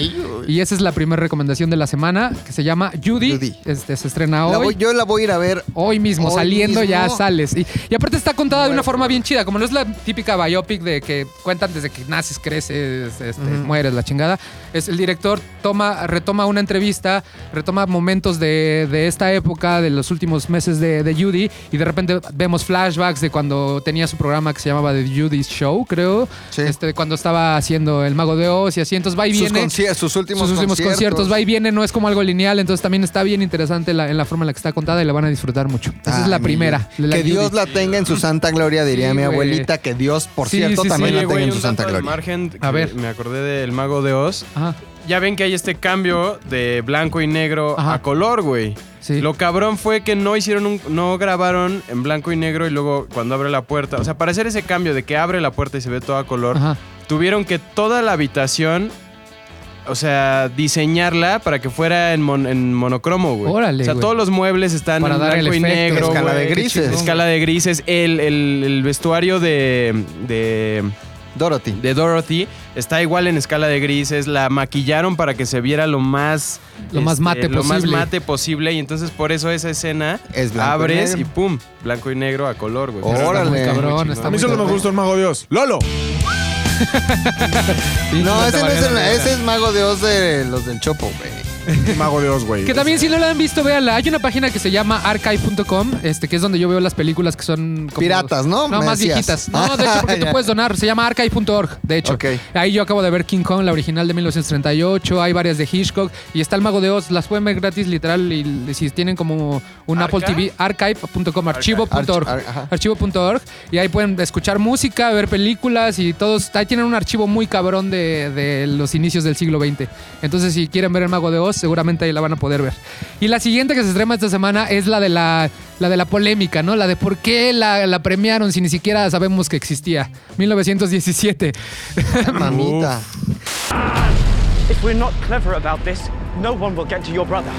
Y esa es la primera recomendación de la semana que se llama Judy. Judy. Este, se estrena La hoy. voy- yo la voy a ir a ver. Hoy mismo, Hoy saliendo ya mismo. sales. Y, y aparte está contada de una forma bien chida, como no es la típica biopic de que cuentan desde que naces, creces, este, mueres, la chingada. Es, el director toma, retoma una entrevista, retoma momentos de, de esta época, de los últimos meses de, de Judy, y de repente vemos flashbacks de cuando tenía su programa que se llamaba The Judy's Show, creo. Sí. Este, de cuando estaba haciendo El Mago de Oz y así. Entonces va y Sus, viene conci- sus últimos sus últimos conciertos. va y viene, no es como algo lineal, entonces también está bien interesante la, en la forma en la que está contada y la van a disfrutar mucho. Esa es Ay, la mi primera. vida. de la Ah, que Judy. Dios la tenga en su santa gloria, diría Sí, mi güey. abuelita. Que Dios, por Sí, cierto, sí, sí. también Oye, la tenga güey, en un su santa dato al gloria. margen que A ver. Me acordé del Mago de Oz. Ajá, Ya ven que hay este cambio de blanco y negro Ajá. a color, güey. sí. Lo cabrón fue que no hicieron un, no grabaron en blanco y negro y luego cuando abre la puerta, o sea, para hacer ese cambio de que abre la puerta y se ve todo a color, Ajá. tuvieron que toda la habitación, o sea, diseñarla para que fuera en, mon- en monocromo, güey. Órale, O sea, güey. todos los muebles están Para en dar el blanco y efecto. negro. Escala de güey. grises. Escala de grises. El, el- el vestuario de- de Dorothy. de Dorothy está igual en escala de grises, la maquillaron para que se viera lo más este, Lo más mate lo más posible. mate posible y entonces por eso esa escena Es blanco y abres y, negro. pum, blanco y negro a color, güey. Órale. Pero está muy Cabrón, chingón. está A mí muy solo me cabrón. gusta el mago Dios. ¡Lolo! No, ese no es, el, Mariana ese es Mago de Oz de los del Chopo, güey. El mago Dios, güey. Que también si no la han visto, véanla. Hay una página que se llama archive.com, este, que es donde yo veo las películas que son como- Piratas, ¿no? No, Me más decías. viejitas. No, de hecho, porque tú Ya. puedes donar. Se llama archive.org, de hecho. Ok. Ahí yo acabo de ver King Kong, la original de 1938. Hay varias de Hitchcock. Y está El Mago de Oz. Las pueden ver gratis, literal. Y, y si tienen como un ¿Arca? Apple TV, archive.com, archivo.org. Arch- ar- ajá. Archivo.org. Y ahí pueden escuchar música, ver películas y todos. Ahí tienen un archivo muy cabrón de, de los inicios del siglo XX. Entonces, si quieren ver El Mago de Oz, seguramente ahí la van a poder ver. Y la siguiente que se estrena esta semana es la de la, la, de la polémica, ¿no? La de por qué la, la premiaron si ni siquiera sabemos que existía. 1917. Mamita. If we're not clever about this, no one will get to your brother.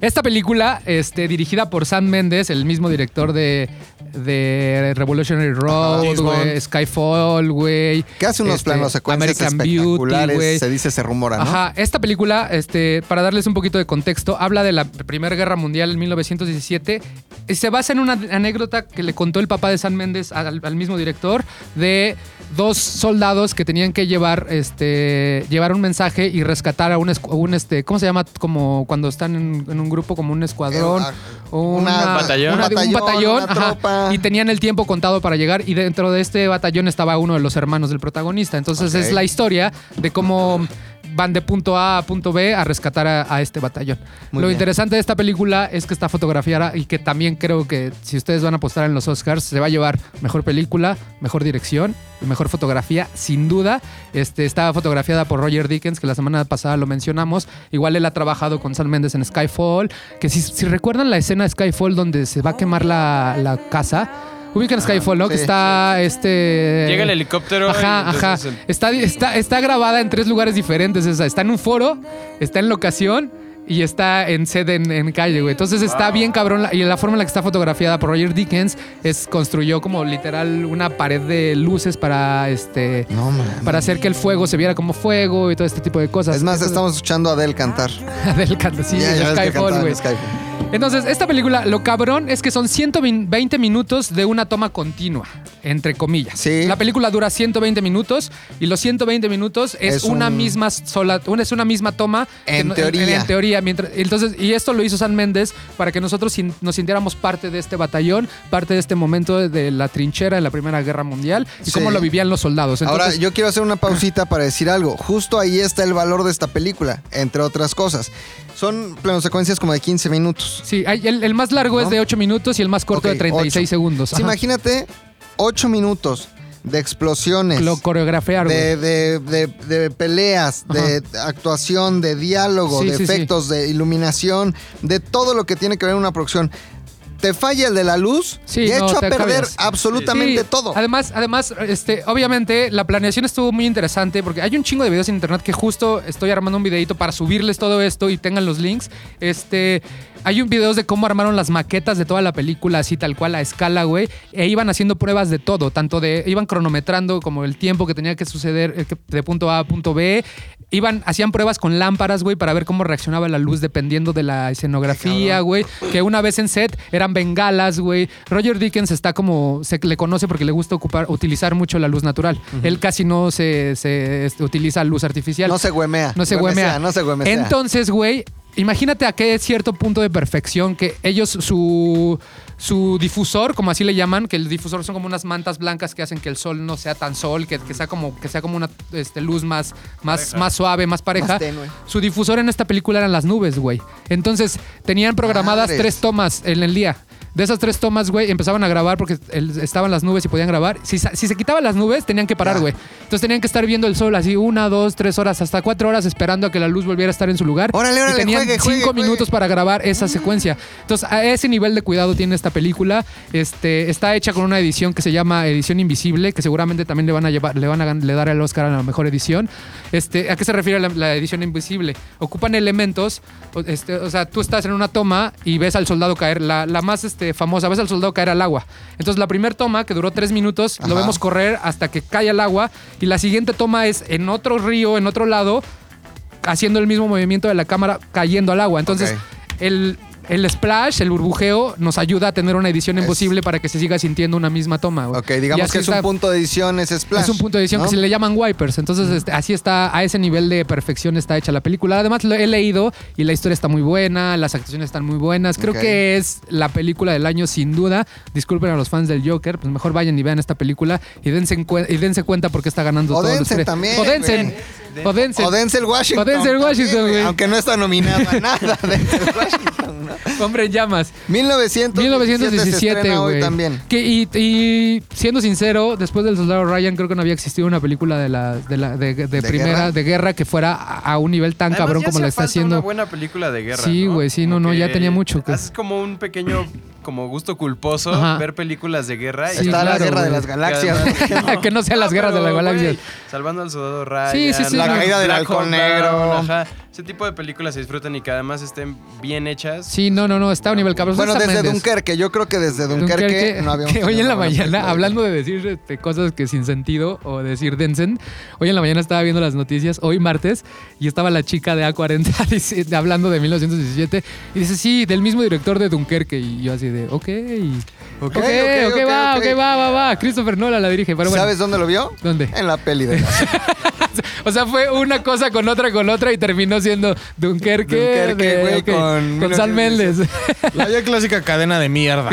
Esta película, este, dirigida por Sam Méndez, el mismo director de, de Revolutionary Road, James güey, Bond. Skyfall, güey. Que hace unos este, planos secuencias American Beauty, espectaculares. güey. se dice, se rumora, ¿no? Ajá, esta película, este, para darles un poquito de contexto, habla de la Primera Guerra Mundial en 1917 y se basa en una anécdota que le contó el papá de San Méndez al, al mismo director de dos soldados que tenían que llevar este llevar un mensaje y rescatar a un, escu- un, este cómo se llama como cuando están en, en un grupo como un escuadrón Eh, ah, o una- una- Batallón. una- un un batallón batallón, una ajá, tropa. y tenían el tiempo contado para llegar y dentro de este batallón estaba uno de los hermanos del protagonista entonces Ok. es la historia de cómo van de punto A a punto B a rescatar a, a este batallón. Muy Lo bien. interesante de esta película es que está fotografiada y que también creo que si ustedes van a apostar en los Oscars, se va a llevar mejor película, mejor dirección, y mejor fotografía, sin duda. Este, está fotografiada por Roger Dickens, que la semana pasada lo mencionamos. Igual él ha trabajado con Sam Mendes en Skyfall, que si, si recuerdan la escena de Skyfall donde se va a quemar la, la casa. Ubican Skyfall, ¿no? que Ah, sí. está este... Llega el helicóptero. Ajá, y ajá. entonces el- Está, está, está grabada en tres lugares diferentes. esa. Está en un foro, está en locación y está en sede en, en calle, güey. Entonces está bien cabrón. la- y la forma en la que está fotografiada por Roger Dickens es construyó como literal una pared de luces para este. No, man. Para hacer que el fuego se viera como fuego y todo este tipo de cosas. Es más, Eso- estamos escuchando a Adele cantar. del canto, sí, Ya, de ya ves que Skyfall, cantaba güey. en Skyfall. Entonces, esta película, lo cabrón es que son 120 minutos de una toma continua, entre comillas. Sí. La película dura 120 minutos y los 120 minutos es, Es una un- misma sola, una, es una misma toma. que En no- En, teoría. teoría. Mientras, entonces, y esto lo hizo San Méndez para que nosotros sin- nos sintiéramos parte de este batallón, parte de este momento de la trinchera de la Primera Guerra Mundial y Sí. cómo lo vivían los soldados. Ahora, Entonces, pues, yo quiero hacer una pausita para decir algo. Justo ahí está el valor de esta película, entre otras cosas. Son planosecuencias como de 15 minutos. Sí, hay- el, el más largo es ¿No? de 8 minutos y el más corto Ok, de 36 ocho. segundos. Sí, Ajá. imagínate 8 minutos de explosiones. Lo coreografiar, güey. de, de- de- de peleas, de actuación, de diálogo, Sí, de sí, sí. efectos, de iluminación, de todo lo que tiene que ver una producción. Te falla el de la luz Sí, y ha no, hecho a te perder cambias. absolutamente Sí, todo. Además, además, este, obviamente la planeación estuvo muy interesante porque hay un chingo de videos en internet que justo estoy armando un videito para subirles todo esto y tengan los links. Este, hay un videos de cómo armaron las maquetas de toda la película así tal cual a escala, güey, e iban haciendo pruebas de todo, tanto de iban cronometrando como el tiempo que tenía que suceder eh, que- de punto A a punto B. Iban, hacían pruebas con lámparas, güey, para ver cómo reaccionaba la luz dependiendo de la escenografía, güey, que una vez en set eran bengalas, güey. Roger Dickens está como, se le conoce porque le gusta ocupar, utilizar mucho la luz natural. Él casi no se, se, este, utiliza luz artificial. No se huemea. No se huemea. No se huemea. Entonces, güey, imagínate a qué cierto punto de perfección que ellos, su, su difusor, como así le llaman, que el difusor son como unas mantas blancas que hacen que el sol no sea tan sol, que, que sea como, que sea como una este, luz más, más, más suave, más pareja. Más tenue. su difusor en esta película eran las nubes, güey. Entonces, tenían programadas Madres. tres tomas en el día. De esas tres tomas, güey, empezaban a grabar porque el- estaban las nubes y podían grabar. Si, sa- si se quitaban las nubes, tenían que parar, Ya. güey. Entonces tenían que estar viendo el sol así una, dos, tres horas, hasta cuatro horas esperando a que la luz volviera a estar en su lugar. Órale, órale, y tenían juegue, juegue, cinco juegue. minutos para grabar esa secuencia. Entonces, a ese nivel de cuidado tiene esta película. Este, está hecha con una edición que se llama Edición Invisible, que seguramente también le van a llevar, le van a gan- le dar el Oscar a la mejor edición. Este, ¿a qué se refiere la, la edición invisible? Ocupan elementos, o, este, o sea, tú estás en una toma y ves al soldado caer, la, la más este, famosa, ves al soldado caer al agua. Entonces, la primera toma, que duró tres minutos, lo Ajá. vemos correr hasta que cae al agua, y la siguiente toma es en otro río, en otro lado, haciendo el mismo movimiento de la cámara cayendo al agua. Entonces, el, el splash, el burbujeo, nos ayuda a tener una edición Es- imposible para que se siga sintiendo una misma toma. güey. Ok, Y digamos así que es está- un punto de edición, es splash. es un punto de edición ¿no? que se le llaman wipers. Entonces, este, así está, a ese nivel de perfección está hecha la película. Además, lo he leído y la historia está muy buena, las actuaciones están muy buenas. Creo Ok. que es la película del año, sin duda. Disculpen a los fans del Joker, pues mejor vayan y vean esta película y dense, en cuen- y dense cuenta porque está ganando O todos los dense tres. también, O dense. O dense. O Denzel Washington. O Denzel también, Washington, güey. Aunque no está nominado a nada, Denzel Washington. ¿no? Hombre en llamas. 1917, 1917, güey. güey. también. Que, y, y siendo sincero, después del soldado Ryan, creo que no había existido una película de la, de la- de- de primera guerra? de guerra que fuera a a un nivel tan Además, cabrón ya como hacía la está falta haciendo. Una buena película de guerra. Sí, güey, sí, no, Como no, ya que tenía mucho que- Es como un pequeño como gusto culposo Ajá. ver películas de guerra. Sí, está claro, la guerra güey. de las galaxias. Que no sean las guerras de las Ah, pero, galaxias. güey, Salvando al soldado Ryan. Sí, sí, sí. La caída del halcón Hawk negro. Down, ajá. Ese tipo de películas se disfrutan y que además estén bien hechas. Sí, no, no, no, está a un nivel cabrón. Bueno, Sam desde Mendes. Dunkerque, yo creo que desde Dunkerque, Pues Dunkerque, no habíamos que hoy tenido en la una buena mañana, película. hablando de decir este, cosas que sin sentido o decir densen, hoy en la mañana estaba viendo las noticias, hoy martes, y estaba la chica de A40 dice- hablando de 1917, y dice, sí, del mismo director de Dunkerque, y yo así de, ok, ok, ok, ok, ok, va, ok, ok. va, va, va, Christopher Nolan la dirige, pero bueno, ¿Sabes dónde lo vio? ¿Dónde? En la peli de o sea, fue una cosa con otra, con otra, y terminó siendo Dunkerque, Dunkerque, de- güey, ok, con con 1917. San Méndez. La ya clásica cadena de mierda.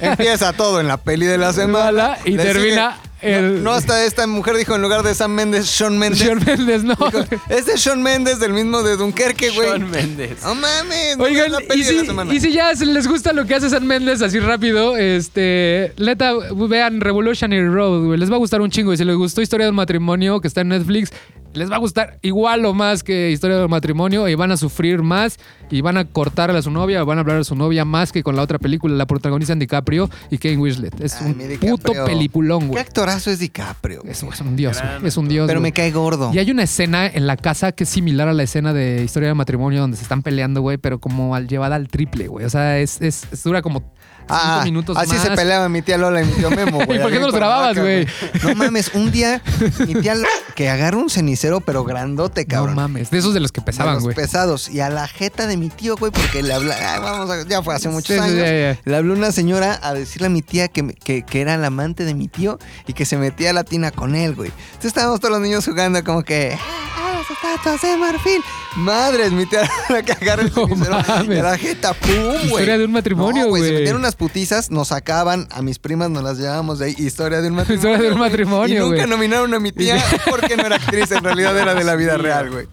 Empieza todo en la peli de la semana. Mala, y le termina sigue el- No, hasta esta mujer dijo en lugar de Sam Méndez, Sean Méndez. Sean Méndez, no. Dijo, es de Sean Méndez, del mismo de Dunkerque, güey. Shawn Mendes. No mames. Oigan, no es la y peli de si, la semana. y si ya se les gusta lo que hace San Méndez así rápido, este, neta, vean Revolutionary Road, güey. Les va a gustar un chingo. Y si les gustó Historia de un Matrimonio, que está en Netflix, les va a gustar igual o más que Historia de un Matrimonio. Y van a sufrir más. Y van a cortarle a su novia. Van a hablar a su novia más que con la otra película. La protagonizan DiCaprio y Kane Winslet. Es Ay, un mi puto DiCaprio. peliculón, ¿Qué güey. actorazo es DiCaprio? güey? Es, es un dios, güey. Es un dios. Pero güey. me cae gordo. Y hay una escena en la casa que es similar a la escena de Historia de Matrimonio donde se están peleando, güey, pero como al llevada al triple, güey. O sea, es, es, es- dura como cinco Ah, minutos así más. se peleaba mi tía Lola y mi tío Memo, güey. ¿Y por qué allá no en los grababas, Cuernavaca, No güey? mames, un día mi tía Lola que agarra un cenicero, pero grandote, No cabrón. mames, de esos de los que de pesaban, los güey. pesados. Y a la jeta de mi tío, güey, porque le habla. Ah, vamos a- ya fue hace muchos Sí, sí, años. ya, ya. Le habló una señora a decirle a mi tía que, me- que, que era la amante de mi tío y que se metía a la tina con él, güey. Entonces estábamos todos los niños jugando como que. ¡Ah, las estatuas de marfil! Madres, mi tía la que agarra el No cenicero mames. y a la jeta, ¡pum, güey! Historia de un matrimonio, No, Se güey. metieron unas putizas, nos sacaban, a mis primas nos las llevábamos de ahí. Historia de un matrimonio. Historia de un güey. matrimonio, Y nunca güey. nominaron a mi tía porque no era actriz, en realidad era de la vida real, güey.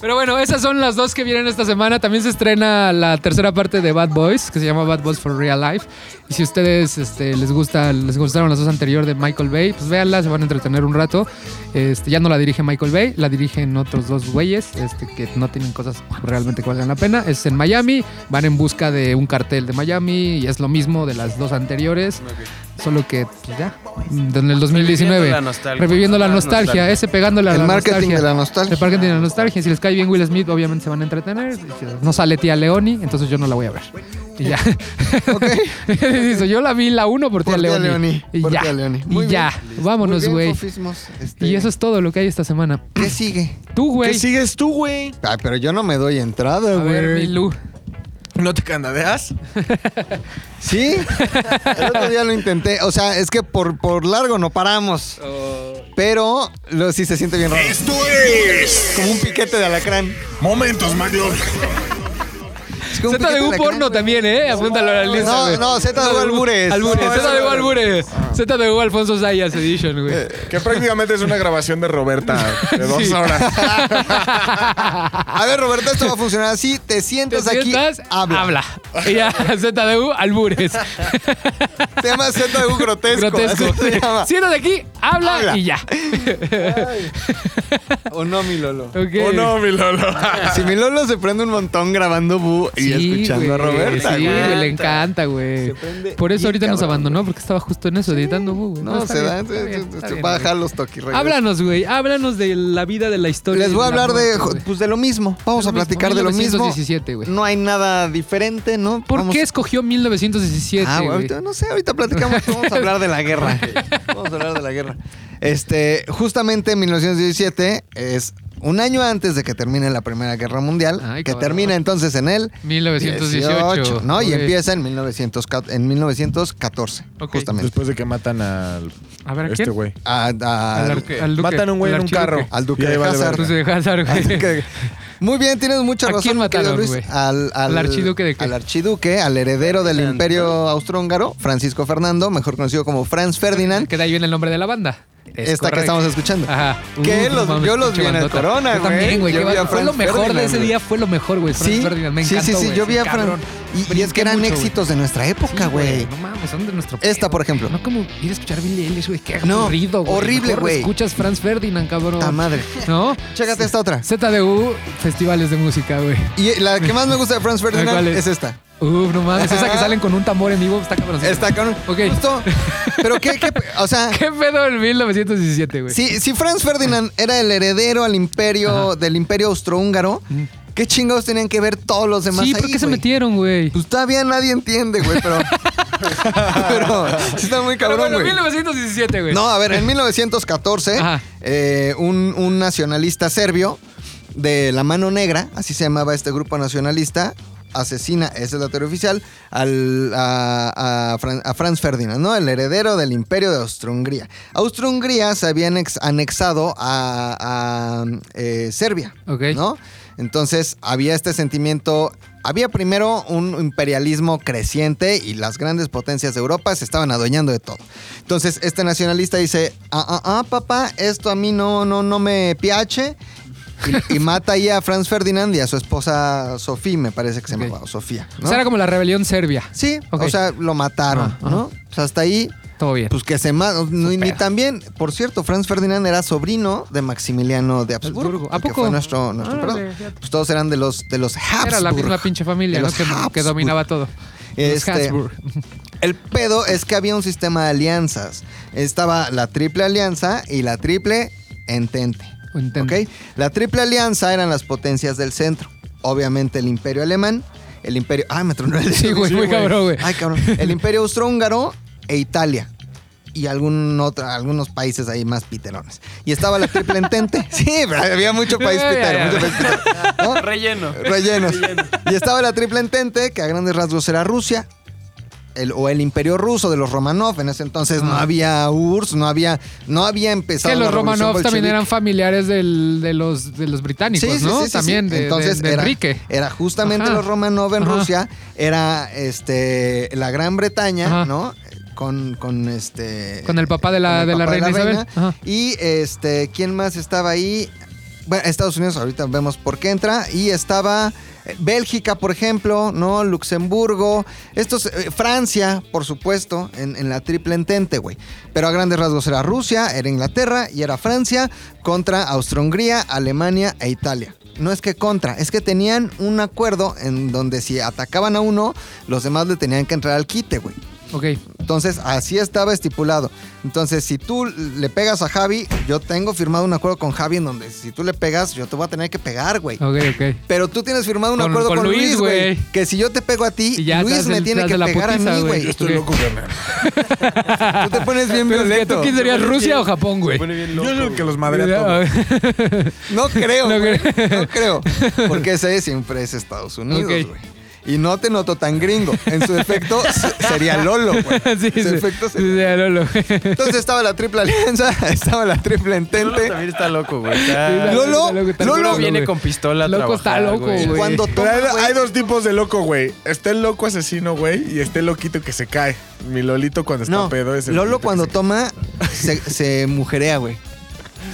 Pero bueno, esas son las dos que vienen esta semana. También se estrena la tercera parte de Bad Boys, que se llama Bad Boys for Real Life. Y si ustedes este, les gusta, les gustaron las dos anteriores de Michael Bay, pues véanla, se van a entretener un rato. Este, ya no la dirige Michael Bay, la dirigen otros dos güeyes este, que no tienen cosas realmente que valgan la pena. Es en Miami, van en busca de un cartel de Miami y es lo mismo de las dos anteriores, solo que pues, ya, en el 2019. Reviviendo la nostalgia. Reviviendo la La nostalgia, nostalgia. ese pegándole a El la marketing nostalgia. de la nostalgia. El marketing de la nostalgia. Si les cae bien Will Smith, obviamente se van a entretener. Si No sale tía Leoni, entonces yo no la voy a ver. Y ya. Dice, yo la vi la 1 por tía Por tía Leoni. Leoni, Y por ya. tía Leoni. Y Muy ya. Muy Vámonos, bien, güey. sofismos, este, Y eso es todo lo que hay esta semana. ¿Qué sigue? Tú, ¿Qué güey. sigues tú, güey? Ay, pero yo no me doy entrada, A ver, güey. Milu. ¿No te candadeas? ¿Sí? El otro día lo intenté. O sea, es que por, por largo no paramos. Oh. Pero lo, sí se siente bien raro. Esto es Como un piquete de alacrán. Momentos Maglor. Es como un Z piquete de U alacrán, porno güey. también, ¿eh? Apúntalo a la lista. No, güey. no, ZDU albures. Albures, No, Ah. Eh, ZDU albures. ZDU Alfonso Sayas Edition, güey. Que prácticamente es una grabación de Roberta de dos Sí. horas. A ver, Roberto, esto va a funcionar así. Te Te sientas aquí, sientas, habla. habla. Y ya, ZDU Albures. Se llama ZDU grotesco. Grotesco. así se llama. Siéntate aquí, habla, Habla. y ya. O no, mi Lolo. Ok. ¿O no, mi Lolo? Si mi Lolo se prende un montón grabando Bu y Sí, escuchando a güey, Roberta. Sí, güey. güey, le encanta, güey. Se prende Por eso bien ahorita nos cabrón, abandonó, porque estaba justo en eso, editando. uh, güey. No, está se bien, da. está se- bien, se- está se bien, va a güey. bajar los toques. regresa. Háblanos, güey. Háblanos de la vida, de la historia. Les y voy a la hablar de, muerte, güey. pues, de lo mismo. Vamos De a lo mismo, platicar de lo mismo. 1917, güey. No hay nada diferente, ¿no? ¿Por Vamos- qué escogió 1917? Ah, güey? ahorita, no sé, ahorita platicamos. Vamos a hablar de la guerra. Vamos a hablar de la guerra. Este, justamente 1917 es un año antes de que termine la Primera Guerra Mundial, Ay, que cabrón. termina entonces en el 1918. 18, ¿no? Y Ok. empieza en, 1900 ca- en 1914, Ok. justamente. Después de que matan al. A ver, ¿a este quién? güey. A- a- Al al- arque- al duque, Matan a un güey al en un archiduque. carro. Al duque Y ahí de vale Hazard. verga. Pues de Hazard, güey. Así que- muy bien, tienes mucha ¿A razón. quién mi querido mataron, Luis. güey? Al, ¿Al archiduque de qué? Al archiduque, al heredero del Ferdinand. imperio austrohúngaro, Francisco Fernando, mejor conocido como Franz Ferdinand. Que de ahí viene el nombre de la banda. Es esta correcto. que estamos escuchando. Ajá. Que no los- mames, yo los pinche vi en el bandota. Corona, Yo también, güey. güey. Yo qué vi a banda. Fue Franz lo mejor de Ferdinand, ese güey. día, fue lo mejor, güey. Franz Sí, Ferdinand, me sí, encantó, sí, sí, güey, yo vi a cabrón. Fran. Y, y es que Brinqué eran mucho, güey. éxitos de nuestra época, Sí, güey. No mames, son de nuestro Esta, pedo, por ejemplo. No como ir a escuchar Billy Ellis, güey. Qué No, aburrido, güey. horrible, Mejor güey. Escuchas Franz Ferdinand, cabrón. Puta madre. ¿No? Chécate esta otra. ZDU, festivales de música, güey. Y la que más me gusta de Franz ¿Cuál Ferdinand es? es esta. Uf, no mames. Esa que salen con un tambor en vivo está cabrón. Esta, cabrón. Ok. Justo. Pero qué, qué, o sea, ¿Qué pedo el 1917, güey? si, si Franz Ferdinand era el heredero al imperio, del imperio austrohúngaro, ¿qué chingados tenían que ver todos los demás Sí, ahí, ¿por qué se güey? metieron, güey? Pues todavía nadie entiende, güey, pero... pero sí está muy Pero cabrón, bueno, güey. 1917, güey. No, a ver, en 1914, Ajá. eh, un, un nacionalista serbio de la mano negra, así se llamaba este grupo nacionalista, asesina, esa es la teoría oficial, al, a, a Fran- a Franz Ferdinand, ¿no? El heredero del imperio de Austro-Hungría. Austro-Hungría se había anex- anexado a, a, eh, Serbia, Ok. ¿no? Entonces había este sentimiento, había primero un imperialismo creciente y las grandes potencias de Europa se estaban adueñando de todo. Entonces este nacionalista dice, ah, ah, ah, papá, esto a mí no, no, no me piache. Y, y mata ahí a Franz Ferdinand y a su esposa Sofía, me parece que se Ok. llamaba, o Sofía. O ¿no? sea, era como la rebelión serbia. Sí, Ok. o sea, lo mataron, Ah, ajá. ¿no? O sea, hasta ahí Todo bien. pues que se ma- ni, ni pedo. también, por cierto, Franz Ferdinand era sobrino de Maximiliano de Habsburgo. Habsburgo. ¿A el que poco? fue nuestro, nuestro Órale, emperador. fíjate. Pues todos eran de los, de los Habsburgo. era la misma pinche familia De ¿no? los que, que Habsburgo. dominaba todo. Los Este, Habsburg. El pedo es que había un sistema de alianzas. Estaba la triple alianza y la triple entente. Entente. ¿ok? La triple alianza eran las potencias del centro. Obviamente el imperio alemán, el imperio... ¡Ay, me tronó el Sí, güey, muy cabrón, güey. Ay, cabrón. El Imperio Austrohúngaro e Italia. Y algún otro- algunos países ahí más piterones. Y estaba la triple entente. Sí, pero había mucho país Ya, ya, pitero. ya. mucho país pitero, ¿no? Relleno. Rellenos. Y estaba la triple entente, que a grandes rasgos era Rusia. El, o el imperio ruso de los Romanov. En ese entonces no había URSS, no había, no había empezado. Que la los revolución Romanov también bolchevique. eran familiares del- de, los, de los británicos, ¿no? también de, de- Entonces de era, Enrique. Era justamente Ajá. los Romanov en Ajá. Rusia, era este la Gran Bretaña, Ajá. ¿no? Con, con este. Con el papá de con la- el de la papá reina Isabel. Ajá. Y este, ¿quién más estaba ahí? Bueno, Estados Unidos, ahorita vemos por qué entra. Y estaba eh, Bélgica, por ejemplo, ¿no? Luxemburgo. Estos, eh, Francia, por supuesto, en, en la triple entente, güey. Pero a grandes rasgos era Rusia, era Inglaterra y era Francia contra Austro-Hungría, Alemania e Italia. No es que contra, es que tenían un acuerdo en donde si atacaban a uno, los demás le tenían que entrar al quite, güey. Ok. Entonces, así estaba estipulado. Entonces, si tú le pegas a Javi, yo tengo firmado un acuerdo con Javi en donde si tú le pegas, yo te voy a tener que pegar, güey. Ok, ok. Pero tú tienes firmado un Con- acuerdo con con, Luis, Luis, güey. güey. Que si yo te pego a ti, Y ya te Luis hace me el- te tiene hace que la pegar putiza, a mí, güey. güey. Estoy Ok. loco, carnal. Tú te pones bien Pero es que violento. tú quién serías Rusia o Japón, güey. Yo creo que los madre a todos. Ok. No creo, No güey. creo. No creo. Porque ese siempre es Estados Unidos, güey. Ok. Y no te noto tan gringo. En su defecto se- sería Lolo, güey. sí, En sí. su defecto Sí, sería- sí, a Lolo. Entonces estaba la triple alianza, estaba la triple entente. También está loco, güey. Está- Lolo, está Lolo Lolo loco, viene güey. con pistola a Loco está trabajar, loco, güey. güey. Cuando Pero toma, hay, güey, hay dos tipos de loco, güey. Está el loco asesino, güey, y está el loquito que se cae. Mi Lolito cuando está No, pedo es el Lolo loquito que cuando se- toma se, se mujerea, güey.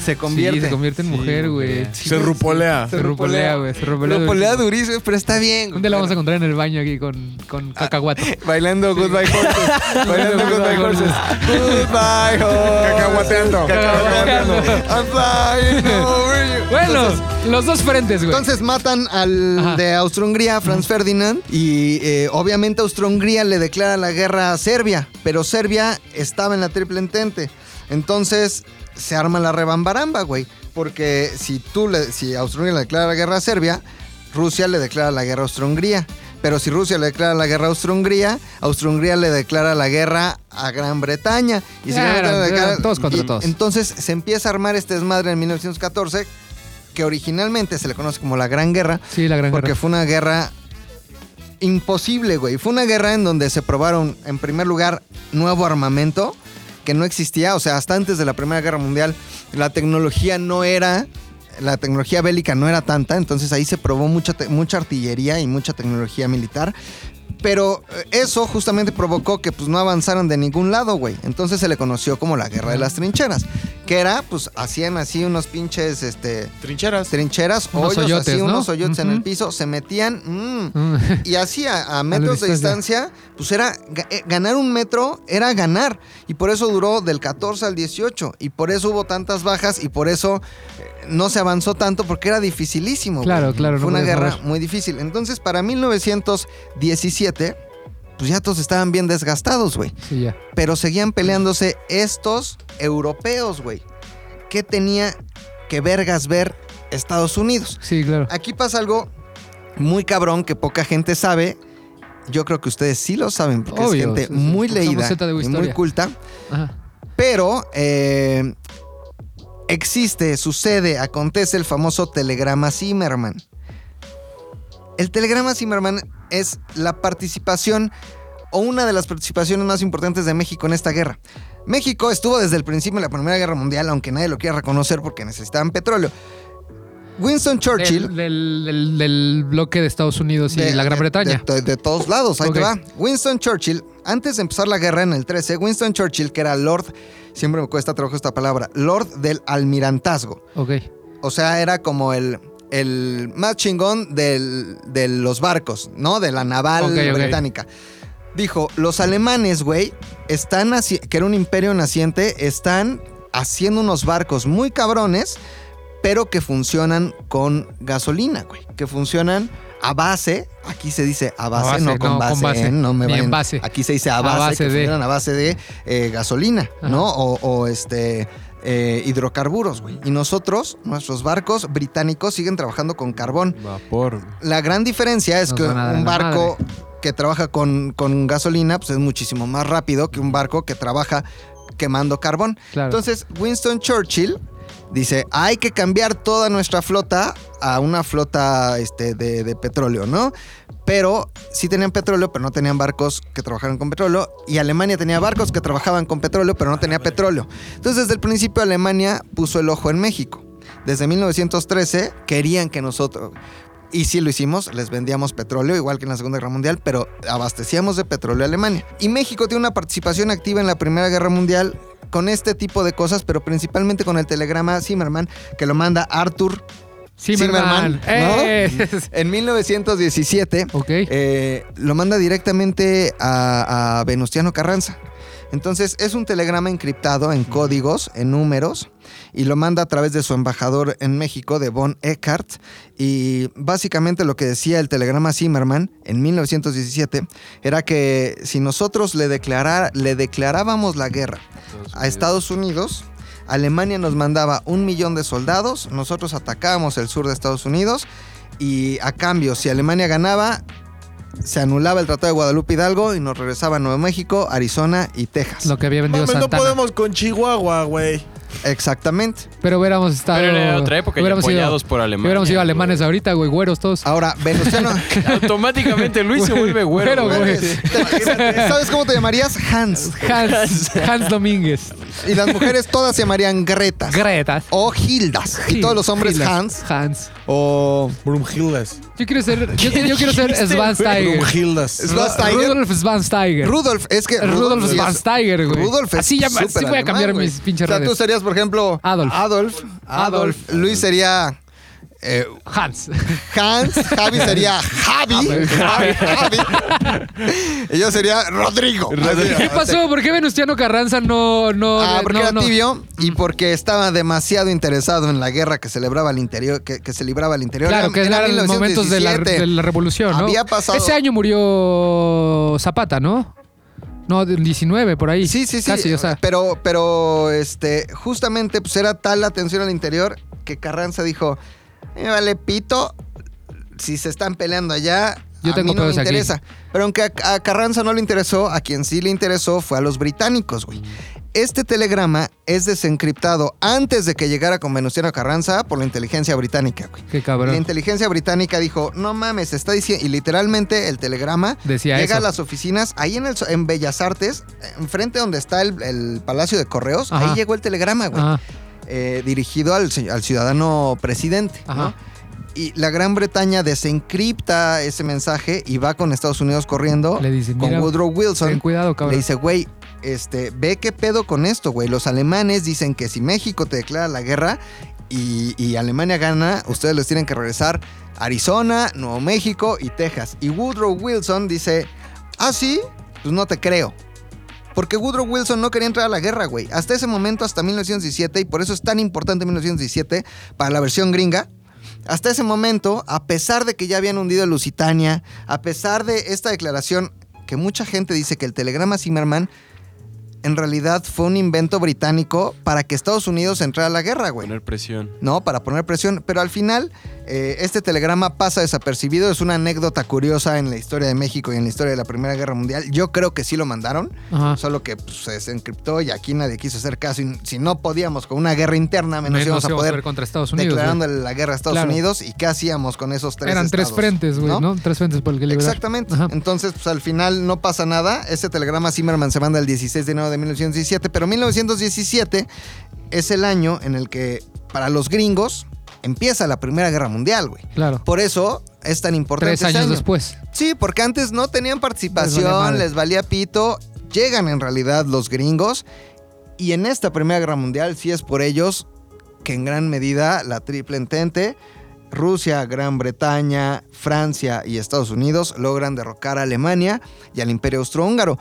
Se convierte. Sí, se convierte en mujer, güey. se rupolea. Se rupolea, güey. Se rupolea. Rupolea durísimo. durísimo, pero está bien. Un día la vamos a Bueno, encontrar en el baño aquí con, Ah, con cacahuato. Bailando Goodbye Horses. Bailando Goodbye Horses. Goodbye Horses. Cacahuateando. Cacahuateando. I'm flying over you. Bueno, Entonces, los dos frentes, güey. Entonces matan al Ajá. de Austro-Hungría, Franz Ferdinand, y eh, obviamente Austro-Hungría le declara la guerra a Serbia, pero Serbia estaba en la triple entente. Entonces se arma la rebambaramba, güey, porque si tú le, si Austro-Hungría le declara la guerra a Serbia, Rusia le declara la guerra a Austro-Hungría. Pero si Rusia le declara la guerra a Austro-Hungría, Austro-Hungría le declara la guerra a Gran Bretaña. Y si Ya, Gran eran- Bretaña le declara- eran todos contra y todos. Entonces se empieza a armar este desmadre en 1914 que originalmente se le conoce como la Gran Guerra, sí, la gran porque guerra. fue una guerra imposible, güey. Fue una guerra en donde se probaron, en primer lugar, nuevo armamento que no existía, o sea, hasta antes de la Primera Guerra Mundial, la tecnología no era, la tecnología bélica no era tanta, entonces ahí se probó mucha, te- mucha artillería y mucha tecnología militar. Pero eh, eso justamente provocó que pues no avanzaran de ningún lado, güey. Entonces se le conoció como la guerra de las trincheras, que era pues hacían así unos pinches este Trincheras. trincheras, Unos hoyos, hoyotes, así, ¿no? unos hoyotes en el Ujú. piso, se metían mm, Mm. y así a, a metros de distancia. distancia, pues era ga- eh, ganar un metro era ganar y por eso duró del 14 al 18 y por eso hubo tantas bajas y por eso eh, no se avanzó tanto porque era dificilísimo. güey. Claro, claro, no Fue una podías guerra agarrar. muy difícil. Entonces, para 1917, pues ya todos estaban bien desgastados, güey Sí, ya. pero seguían peleándose estos europeos, güey. ¿Qué tenía que vergas ver Estados Unidos? Sí, claro. Aquí pasa algo muy cabrón que poca gente sabe. Yo creo que ustedes sí lo saben porque es Obvio, gente sí, sí, muy porque somos leída Zeta de y muy historia. culta. Ajá. Pero eh, existe, sucede, acontece el famoso telegrama Zimmerman. El telegrama Zimmerman es la participación o una de las participaciones más importantes de México en esta guerra. México estuvo desde el principio de la Primera Guerra Mundial, aunque nadie lo quiera reconocer porque necesitaban petróleo. Winston Churchill. Del, del- del- del bloque de Estados Unidos y de- la Gran de- Bretaña. De, de todos lados, ahí te Ok. va. Winston Churchill, antes de empezar la guerra en el 13, Winston Churchill, que era Lord, siempre me cuesta trabajo esta palabra, Lord del Almirantazgo. Ok. O sea, era como el, el más chingón del- de los barcos, ¿no? De la naval Ok, ok. británica. Dijo, los alemanes, güey, están haci- que era un imperio naciente, están haciendo unos barcos muy cabrones, pero que funcionan con gasolina, güey. Que funcionan a base, aquí se dice a base, base, no con no, base, con base, ¿eh? no me ni en vayan- base. Aquí se dice a A base, base que de. funcionan a base de eh, gasolina, Ajá. ¿no? O, o, este eh, hidrocarburos, güey. Y nosotros, nuestros barcos británicos siguen trabajando con carbón. Vapor. La gran diferencia es Nos que van a dar un en la barco que trabaja con, con gasolina pues es muchísimo más rápido que un barco que trabaja quemando carbón. Claro. Entonces, Winston Churchill dice, hay que cambiar toda nuestra flota a una flota este, de, de petróleo, ¿no? Pero sí tenían petróleo, pero no tenían barcos que trabajaran con petróleo. Y Alemania tenía barcos que trabajaban con petróleo, pero no tenía petróleo. Entonces, desde el principio, Alemania puso el ojo en México. Desde 1913 querían que nosotros... Y sí lo hicimos, les vendíamos petróleo, igual que en la Segunda Guerra Mundial, pero abastecíamos de petróleo a Alemania. Y México tiene una participación activa en la Primera Guerra Mundial con este tipo de cosas, pero principalmente con el telegrama Zimmerman, que lo manda Arthur. Zimmerman, Zimmerman. ¡Eh! En 1917 ok. eh, lo manda directamente a, a Venustiano Carranza. Entonces es un telegrama encriptado en códigos, en números, y lo manda a través de su embajador en México, de Von Eckhart. Y básicamente lo que decía el telegrama Zimmerman en 1917 era que si nosotros le, declarar, le declarábamos la guerra a Estados Unidos, Alemania nos mandaba un millón de soldados, nosotros atacábamos el sur de Estados Unidos y a cambio, si Alemania ganaba, se anulaba el Tratado de Guadalupe Hidalgo y nos regresaba a Nuevo México, Arizona y Texas. Lo que había vendido Mames, no Santana. podemos con Chihuahua, güey. Exactamente. Pero hubiéramos estado. Pero era otra época y hubiéramos ido- apoyados por Alemania. Hubiéramos sido güey. alemanes ahorita, güey, güeros todos. Ahora, Venustiano. Automáticamente Luis se vuelve güero. Güero, güey. güey. ¿Sabes cómo te llamarías? Hans. Hans, Hans Domínguez. Y las mujeres todas se llamarían Gretas. Gretas. o Hildas. Y todos los hombres Hilas. Hans. Hans. O Brumhildas. Yo quiero ser. Yo, yo quiero ser Svansteiger. Brumhildas. Schwarzenegger. Rudolf Svansteiger. Rudolf, es que Rudolf sí es- Schwarzenegger, güey. Rudolf es Así ya- súper así voy a cambiar güey. mis pinches O sea, tú redes. serías, por ejemplo, Adolf. Adolf. Adolf. Adolf. Luis sería eh, Hans. Hans. Javi sería Ah, Javi. Javi. Javi. y yo sería Rodrigo. ¿Qué pasó? ¿Por qué Venustiano Carranza no. no Ah, porque no, era no? tibio y porque estaba demasiado interesado en la guerra que celebraba el interior, que, que se libraba el interior. Claro, que era eran los momentos de la, 1917. de la revolución, ¿no? Había pasado- Ese año murió Zapata, ¿no? No, del 19, por ahí. Sí, sí, sí. Casi, o sea. Pero, pero, este, justamente, pues era tal la tensión al interior que Carranza dijo: Me vale pito, si se están peleando allá. Yo a tengo mí no me pedos aquí". interesa. Pero aunque a, a Carranza no le interesó, a quien sí le interesó fue a los británicos, güey. Este telegrama es desencriptado antes de que llegara con Venustiano Carranza por la inteligencia británica, güey. Qué La cabrón. inteligencia británica dijo, no mames, está diciendo, y literalmente el telegrama Decía llega a eso. las oficinas, ahí en, el, so- en Bellas Artes, enfrente donde está el, el Palacio de Correos, Ajá. Ah. ahí llegó el telegrama, güey, Ajá, eh, dirigido al, ci- al ciudadano presidente. Ajá. ¿no? Y la Gran Bretaña desencripta ese mensaje y va con Estados Unidos corriendo Le dicen, Oh, con "Mira, Woodrow Wilson. Ten cuidado, Le cabrón. dice, güey, este, ve qué pedo con esto, güey. Los alemanes dicen que si México te declara la guerra y, y Alemania gana, ustedes les tienen que regresar a Arizona, Nuevo México y Texas. Y Woodrow Wilson dice, ah, sí, pues no te creo. Porque Woodrow Wilson no quería entrar a la guerra, güey. Hasta ese momento, hasta 1917, y por eso es tan importante 1917 para la versión gringa, hasta ese momento, a pesar de que ya habían hundido el Lusitania, a pesar de esta declaración que mucha gente dice que el telegrama Zimmerman en realidad fue un invento británico para que Estados Unidos entrara a la guerra, güey. Poner presión. ¿no? Para poner presión. Pero al final, eh, este telegrama pasa desapercibido. Es una anécdota curiosa en la historia de México y en la historia de la Primera Guerra Mundial. Yo creo que sí lo mandaron, Ajá. solo que pues, se desencriptó y aquí nadie quiso hacer caso. Y si no podíamos con una guerra interna, menos Menos íbamos a íbamos poder. ver contra Estados Unidos. güey. Declarándole la guerra a Estados Claro. Unidos y qué hacíamos con esos tres Eran tres estados, frentes, güey, ¿no? Tres frentes por el que liberar. Exactamente. Ajá. Entonces, pues al final no pasa nada. Este telegrama Zimmerman se manda el 16 de enero de 1917, pero 1917 es el año en el que para los gringos empieza la Primera Guerra Mundial, güey. Claro. Por eso es tan importante. Tres ese años año. después. Sí, porque antes no tenían participación, Les valía madre. les valía pito. Llegan en realidad los gringos. Y en esta Primera Guerra Mundial sí es por ellos que en gran medida la Triple Entente, Rusia, Gran Bretaña, Francia y Estados Unidos logran derrocar a Alemania y al Imperio Austrohúngaro.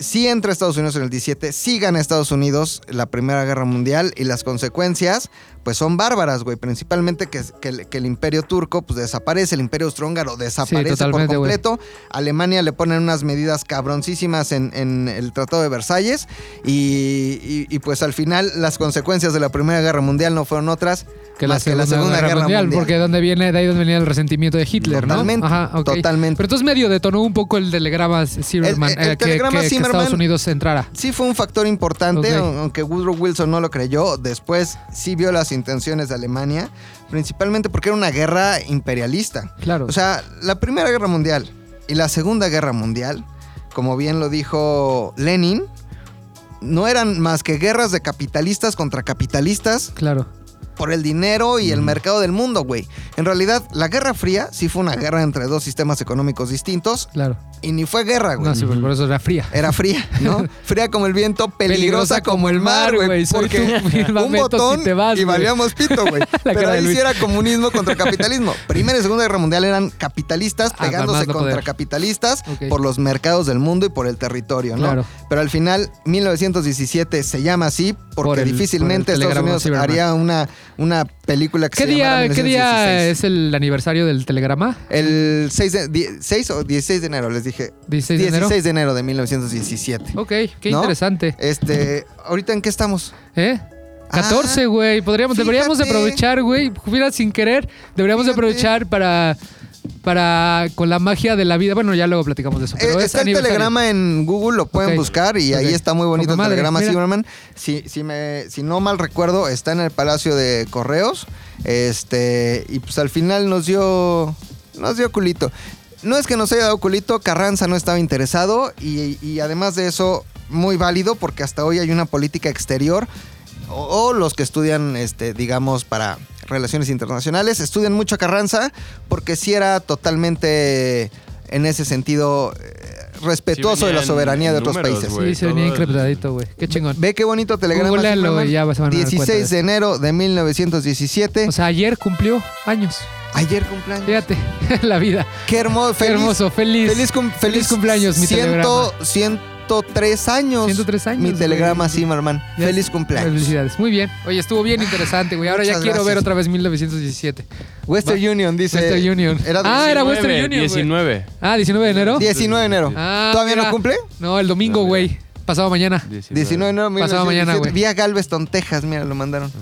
Sí entra Estados Unidos en el 17, sí gana Estados Unidos la Primera Guerra Mundial y las consecuencias pues son bárbaras, güey. Principalmente que, que el- que el Imperio Turco pues desaparece, el Imperio Austrohúngaro desaparece por totalmente, güey. completo. Alemania le ponen unas medidas cabroncísimas en, en el Tratado de Versalles y, y- y, pues al final las consecuencias de la Primera Guerra Mundial no fueron otras Que la, más segunda, Guerra, Mundial, Porque donde viene, de ahí donde venía el resentimiento de Hitler, Totalmente, ¿no? Ajá, ok. totalmente. Pero entonces medio detonó un poco el telegrama Zimmerman, El- el- el eh, que, telegrama que- que Zimmerman- Estados Unidos entrara. Sí fue un factor importante, Ok. aunque Woodrow Wilson no lo creyó, después sí vio las intenciones de Alemania, principalmente porque era una guerra imperialista. Claro. O sea, la Primera Guerra Mundial y la Segunda Guerra Mundial, como bien lo dijo Lenin, no eran más que guerras de capitalistas contra capitalistas claro. por el dinero y el mercado del mundo, güey. En realidad, la Guerra Fría sí fue una guerra entre dos sistemas económicos distintos Claro. y ni fue guerra, Ah, güey. Eh, No, sí, pero por eso era fría. Era fría, ¿no? Fría como el viento, peligrosa como el mar, güey. soy Porque tu firmamento un botón si te vas, y güey. valíamos pito, güey. Pero cara de ahí sí Luis. era comunismo contra capitalismo. Primera y Segunda Guerra Mundial eran capitalistas Ah, pegándose más no contra poder. capitalistas Ok. por los mercados del mundo y por el territorio, ¿no? Claro. Pero al final, 1917 se llama así porque Por el- difícilmente por el Estados telegrama Unidos Cyberman. haría una, una película que ¿Qué se llamara día, ¿Qué día 1916. es el aniversario del telegrama? El 6, de, die- 6 o 16 de enero, les dije. 16 de enero. 16 de enero de 1917. Ok, qué ¿No? interesante. Este, ahorita en qué estamos? ¿Eh? Ah, 14, güey. Podríamos, deberíamos de fíjate. aprovechar, güey. Mira, sin querer, deberíamos de Fíjate. aprovechar para, para con la magia de la vida. Bueno, ya luego platicamos de eso. Pero Eh, es está el aniversario. telegrama en Google, lo pueden Ok. buscar y Ok. ahí está muy bonito Poca el madre, telegrama mira. Silverman. Si, si, me, si no mal recuerdo, está en el Palacio de Correos. Este, y pues al final nos dio, nos dio culito. No es que nos haya dado culito, Carranza no estaba interesado y, y además de eso, muy válido porque hasta hoy hay una política exterior o, o los que estudian, este, digamos, para relaciones internacionales, estudian mucho a Carranza porque si era totalmente, en ese sentido, eh, respetuoso de la soberanía de otros países. Sí, se venía encriptadito, güey. Qué chingón. Pues, Ve qué bonito telegrama. Googlealo Superman. y ya vas a dar cuenta 16 de de enero de 1917. O sea, ayer cumplió años. Ayer cumpleaños. Fíjate, la vida. Qué hermoso. Qué Feliz, hermoso, feliz. Feliz, cum- feliz cumpleaños, mi telegrama. 103 años. 103 años, Mi güey. telegrama, Zimmerman. Ya Feliz sé. cumpleaños. Ah, Felicidades. Muy bien. Oye, estuvo bien interesante, güey. Ahora ya Muchas quiero ver gracias. otra vez 1917. Western Union dice. Western Union. Era Ah, era Western Union, güey. 19. Ah, 19 de enero. 19 de enero. Ah, ¿Todavía mira. no cumple? No, el domingo, No, mira. güey. Pasado mañana. 19 de enero. 1917. Pasado mañana, güey. Vía Galveston, Texas. Mira, lo mandaron.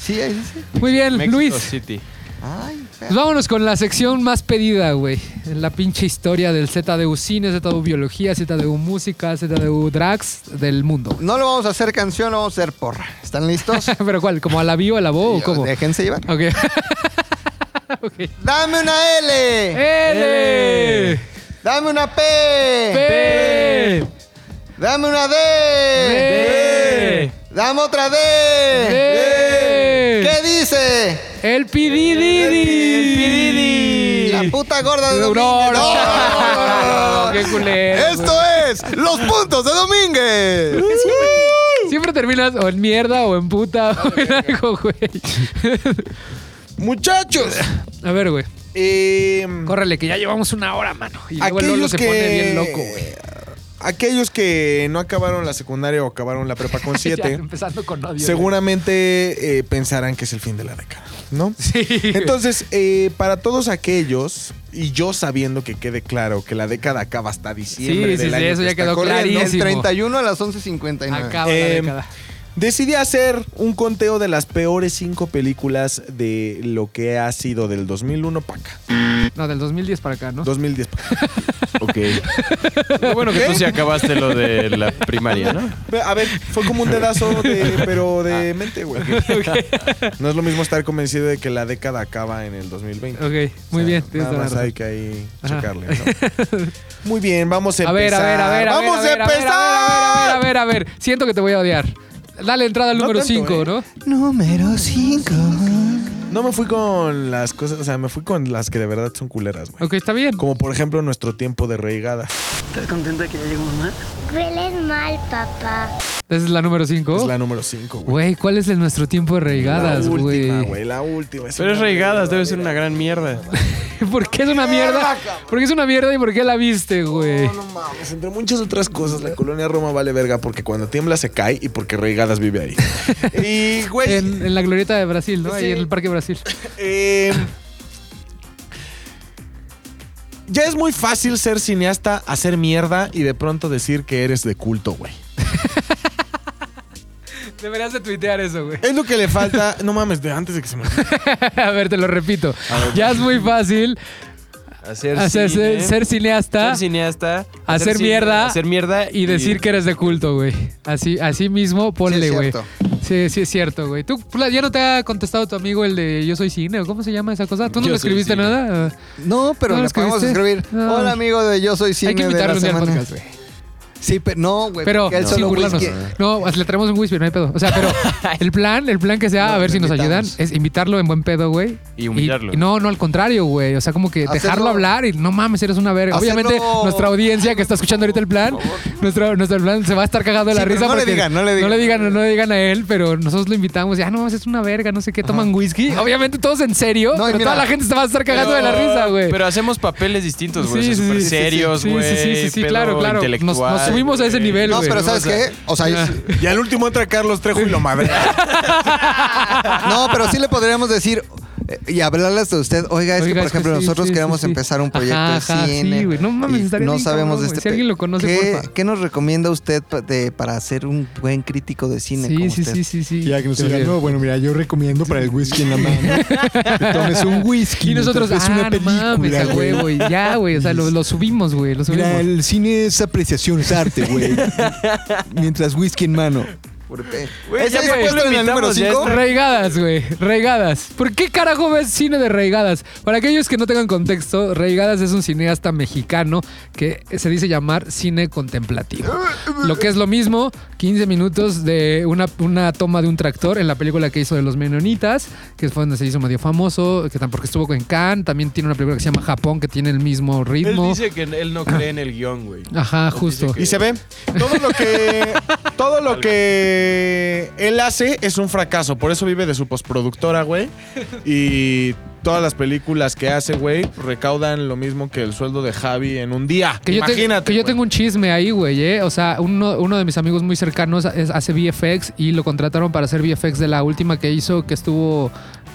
sí, ahí dice. Muy bien, Mexico Luis. City. Ay, Pues vámonos con la sección más pedida, güey. La pinche historia del ZDU Cine, ZDU Biología, ZDU Música, ZDU Drags del mundo. No lo vamos a hacer canción, lo vamos a hacer porra. ¿Están listos? ¿Pero cuál? ¿Como a la bio, a la Uh, bo o cómo? Déjense llevar. Ok. Dame una L. L. Dame una P. P. Dame una D. D. Dame otra D. D. ¿Qué dice? El pidididi. La puta gorda de No, Domínguez. no, no, no, qué culero, Esto es los puntos de Domínguez. Siempre terminas o en mierda o en puta o en algo, güey. Muchachos, A ver, güey. em, Córrele, que ya llevamos una hora, mano. Y luego el Lolo aquellos se que pone bien loco, güey. aquellos que no acabaron la secundaria o acabaron la prepa con Ya, 7, empezando con odio. seguramente eh, pensarán que es el fin de la década, ¿no? güey. Sí. Entonces, eh, para todos aquellos, y yo sabiendo que quede claro que la década acaba hasta diciembre Sí, sí, del sí, año eso que ya está quedó corriendo, clarísimo. El 31 a las 11.59. Acaba la Eh, década. Decidí hacer un conteo de las peores cinco películas de lo que ha sido del 2001 para acá. No, del 2010 para acá, ¿no? 2010 pa' acá. Ok. Qué bueno que tú sí acabaste lo de la primaria, ¿no? Ve, A ver, fue como un dedazo, de, pero de mente, güey. No es lo mismo estar convencido de que la década acaba en el 2020. Ok, muy O sea, bien. Nada tienes toda la más razón. hay que ahí Ajá. checarle. ¿no? Muy bien, vamos a A empezar. ver, a ver, a ver, a ver. ¡Vamos a ver, a a ver, empezar! A ver, a ver, a ver, a ver. Siento que te voy a odiar. Dale entrada al No eh. número tanto, 5, ¿eh? ¿no? Número 5. No me fui con las cosas, o sea, me fui con las que de verdad son culeras, güey. Ok, está bien. Como por ejemplo nuestro tiempo de reigada. ¿Estás contento de que ya llegó mamá? Hueles mal, papá. Esa es la número Es 5. la número 5, güey. Oh. Güey, ¿cuál es el nuestro tiempo de reigadas, La güey? última, güey, la última. Pero es una reigadas, mierda, debe ser güey. una gran mierda. ¿Por qué es una mierda? ¿Por qué es una mierda y por qué la viste, güey? No mames, entre muchas otras cosas, la colonia Roma vale verga porque cuando tiembla se cae y porque reigadas vive ahí. y, güey, En, en la glorieta de Brasil, ¿no? Ahí Sí. en el Parque Brasil. Eh, ya es muy fácil ser cineasta, hacer mierda y de pronto decir que eres de culto, güey. Deberías de tuitear eso, güey. Es lo que le falta. No mames, de antes de que se me. A ver, te lo repito. Ya es muy fácil Hacer hacer- cine, ¿eh? ser, ser cineasta ser cineasta, hacer cine, mierda hacer mierda y decir que eres de culto, güey. Así, así mismo, ponle, güey. cierto. Sí, sí, es cierto, güey. ¿Tú Pla, ya no te ha contestado tu amigo el de Yo soy cine o cómo se llama esa cosa? ¿Tú no Yo le soy escribiste cine. nada? No, pero ¿No lo le podemos escribiste? escribir. No. Hola, amigo de Yo Soy Cine Ah. Hay que de la invitarlo un día al semana. podcast, güey. Sí, pero no, güey. Pero, Pues, porque él sin solo burlarnos. whisky- No, le traemos un whisky, no hay pedo. O sea, pero el plan, el plan que sea, a ver si nos ayudan, es invitarlo en buen pedo, güey. Y humillarlo. Y- y no, no, al contrario, güey. O sea, como que Hacerlo- dejarlo hablar y no mames, eres una verga. Hacerlo- Obviamente, nuestra audiencia que está escuchando ahorita el plan, nuestro, nuestro plan se va a estar cagado de Sí, la pero risa. no le porque digan, no le digan. No le digan, no le digan a él, pero nosotros lo invitamos. Ya, no mames, es una verga, no sé qué, toman whisky. Obviamente, todos en serio, No, y pero mira- toda la gente se va a estar cagando de la risa, güey. Pero hacemos papeles distintos, güey. o sea, súper serios, sí, güey. sí, sí, sí, sí, pedo claro, claro. Nos, nos intelectual, subimos a ese güey. nivel, No, güey. pero ¿sabes qué? O sea, Ya. sí- Y al último entra Carlos Trejo y lo madre. no, pero sí le podrías decir eh, y hablarles de usted. Oiga, es Oiga, que, por ejemplo, sí, nosotros sí, queremos sí, sí. empezar un proyecto Ajá, de ajá, cine. sí, güey. No mames, y estaría no bien sabemos de cabrón, güey. este Si pe- alguien lo conoce, ¿Qué, porfa. ¿Qué nos recomienda usted pa- de- para hacer un buen crítico de cine como Sí, sí, usted? sí, sí, sí. Ya que nos Sí, digan, sí. no, bueno, mira, yo recomiendo para el whisky en la mano. que tomes un whisky. Y nosotros, es una ah, no mames, película, a güey. huevo, y ya, güey, o sea, lo, lo subimos, güey, lo subimos. Mira, el cine es apreciación, es arte, güey. Mientras whisky en mano. Porque- Güey, ¿Ese ya es por qué puesto lo en el número invitamos? Ya 5? está. Reigadas, güey, reigadas. ¿Por qué carajo ves cine de reigadas? Para aquellos que no tengan contexto, Reigadas es un cineasta mexicano que se dice llamar cine contemplativo. Lo que es lo mismo, 15 minutos de una, una toma de un tractor en la película que hizo de los menonitas, que fue donde se hizo medio famoso, que tampoco estuvo en Cannes, también tiene una película que se llama Japón, que tiene el mismo Él ritmo. dice que él no cree en el guión, güey. Ajá, justo. que- Y se ve. Todo lo que. Todo lo que él hace es un fracaso. Por eso vive de su postproductora, güey. Y todas las películas que hace, güey, recaudan lo mismo que el sueldo de Javi en un día. Que yo, te- Imagínate. que yo güey. tengo un chisme ahí, güey, ¿eh? O sea, uno, uno de mis amigos muy cercanos es- hace VFX y lo contrataron para hacer VFX de la última que hizo, que estuvo...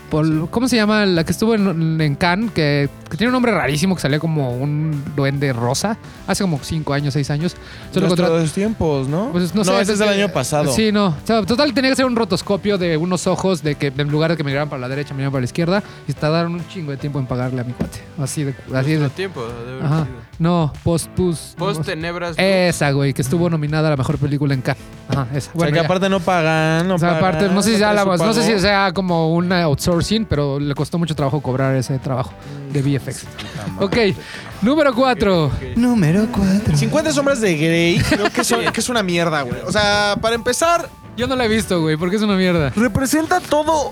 por- ¿Cómo se llama? La que estuvo en, en Cannes, que, que tiene un nombre rarísimo, que salía como un duende rosa, hace como 5 años, 6 años. Entonces lo contrataron- Nuestros tiempos, ¿no? pues, no, sé, ese es del que- año pasado. Sí, no. O sea, total, tenía que hacer un rotoscopio de unos ojos de que en lugar de que me miraran para la derecha, me miraran para la izquierda. Y tardaron un chingo de tiempo en pagarle a mi cuate. Así de... Así de Nuestro Pues, tiempo, debe haber Ajá. Eh, sido. No, post, pus- Post tenebras. esa, güey, que estuvo nominada a la mejor película en Cannes. Ajá, esa. o sea, Bueno, que ya. aparte no pagan, no O sea, aparte, pagan, no sé si sea, traen la- su no sé pago. si sea como un outsourcing, pero le costó mucho trabajo cobrar ese trabajo de VFX. Ok, número cuatro. Número 4. 50 sombras de Grey, creo que, son- que es una mierda, güey. O sea, para empezar, Yo no la he visto, güey, porque es una mierda. Eh, Representa todo.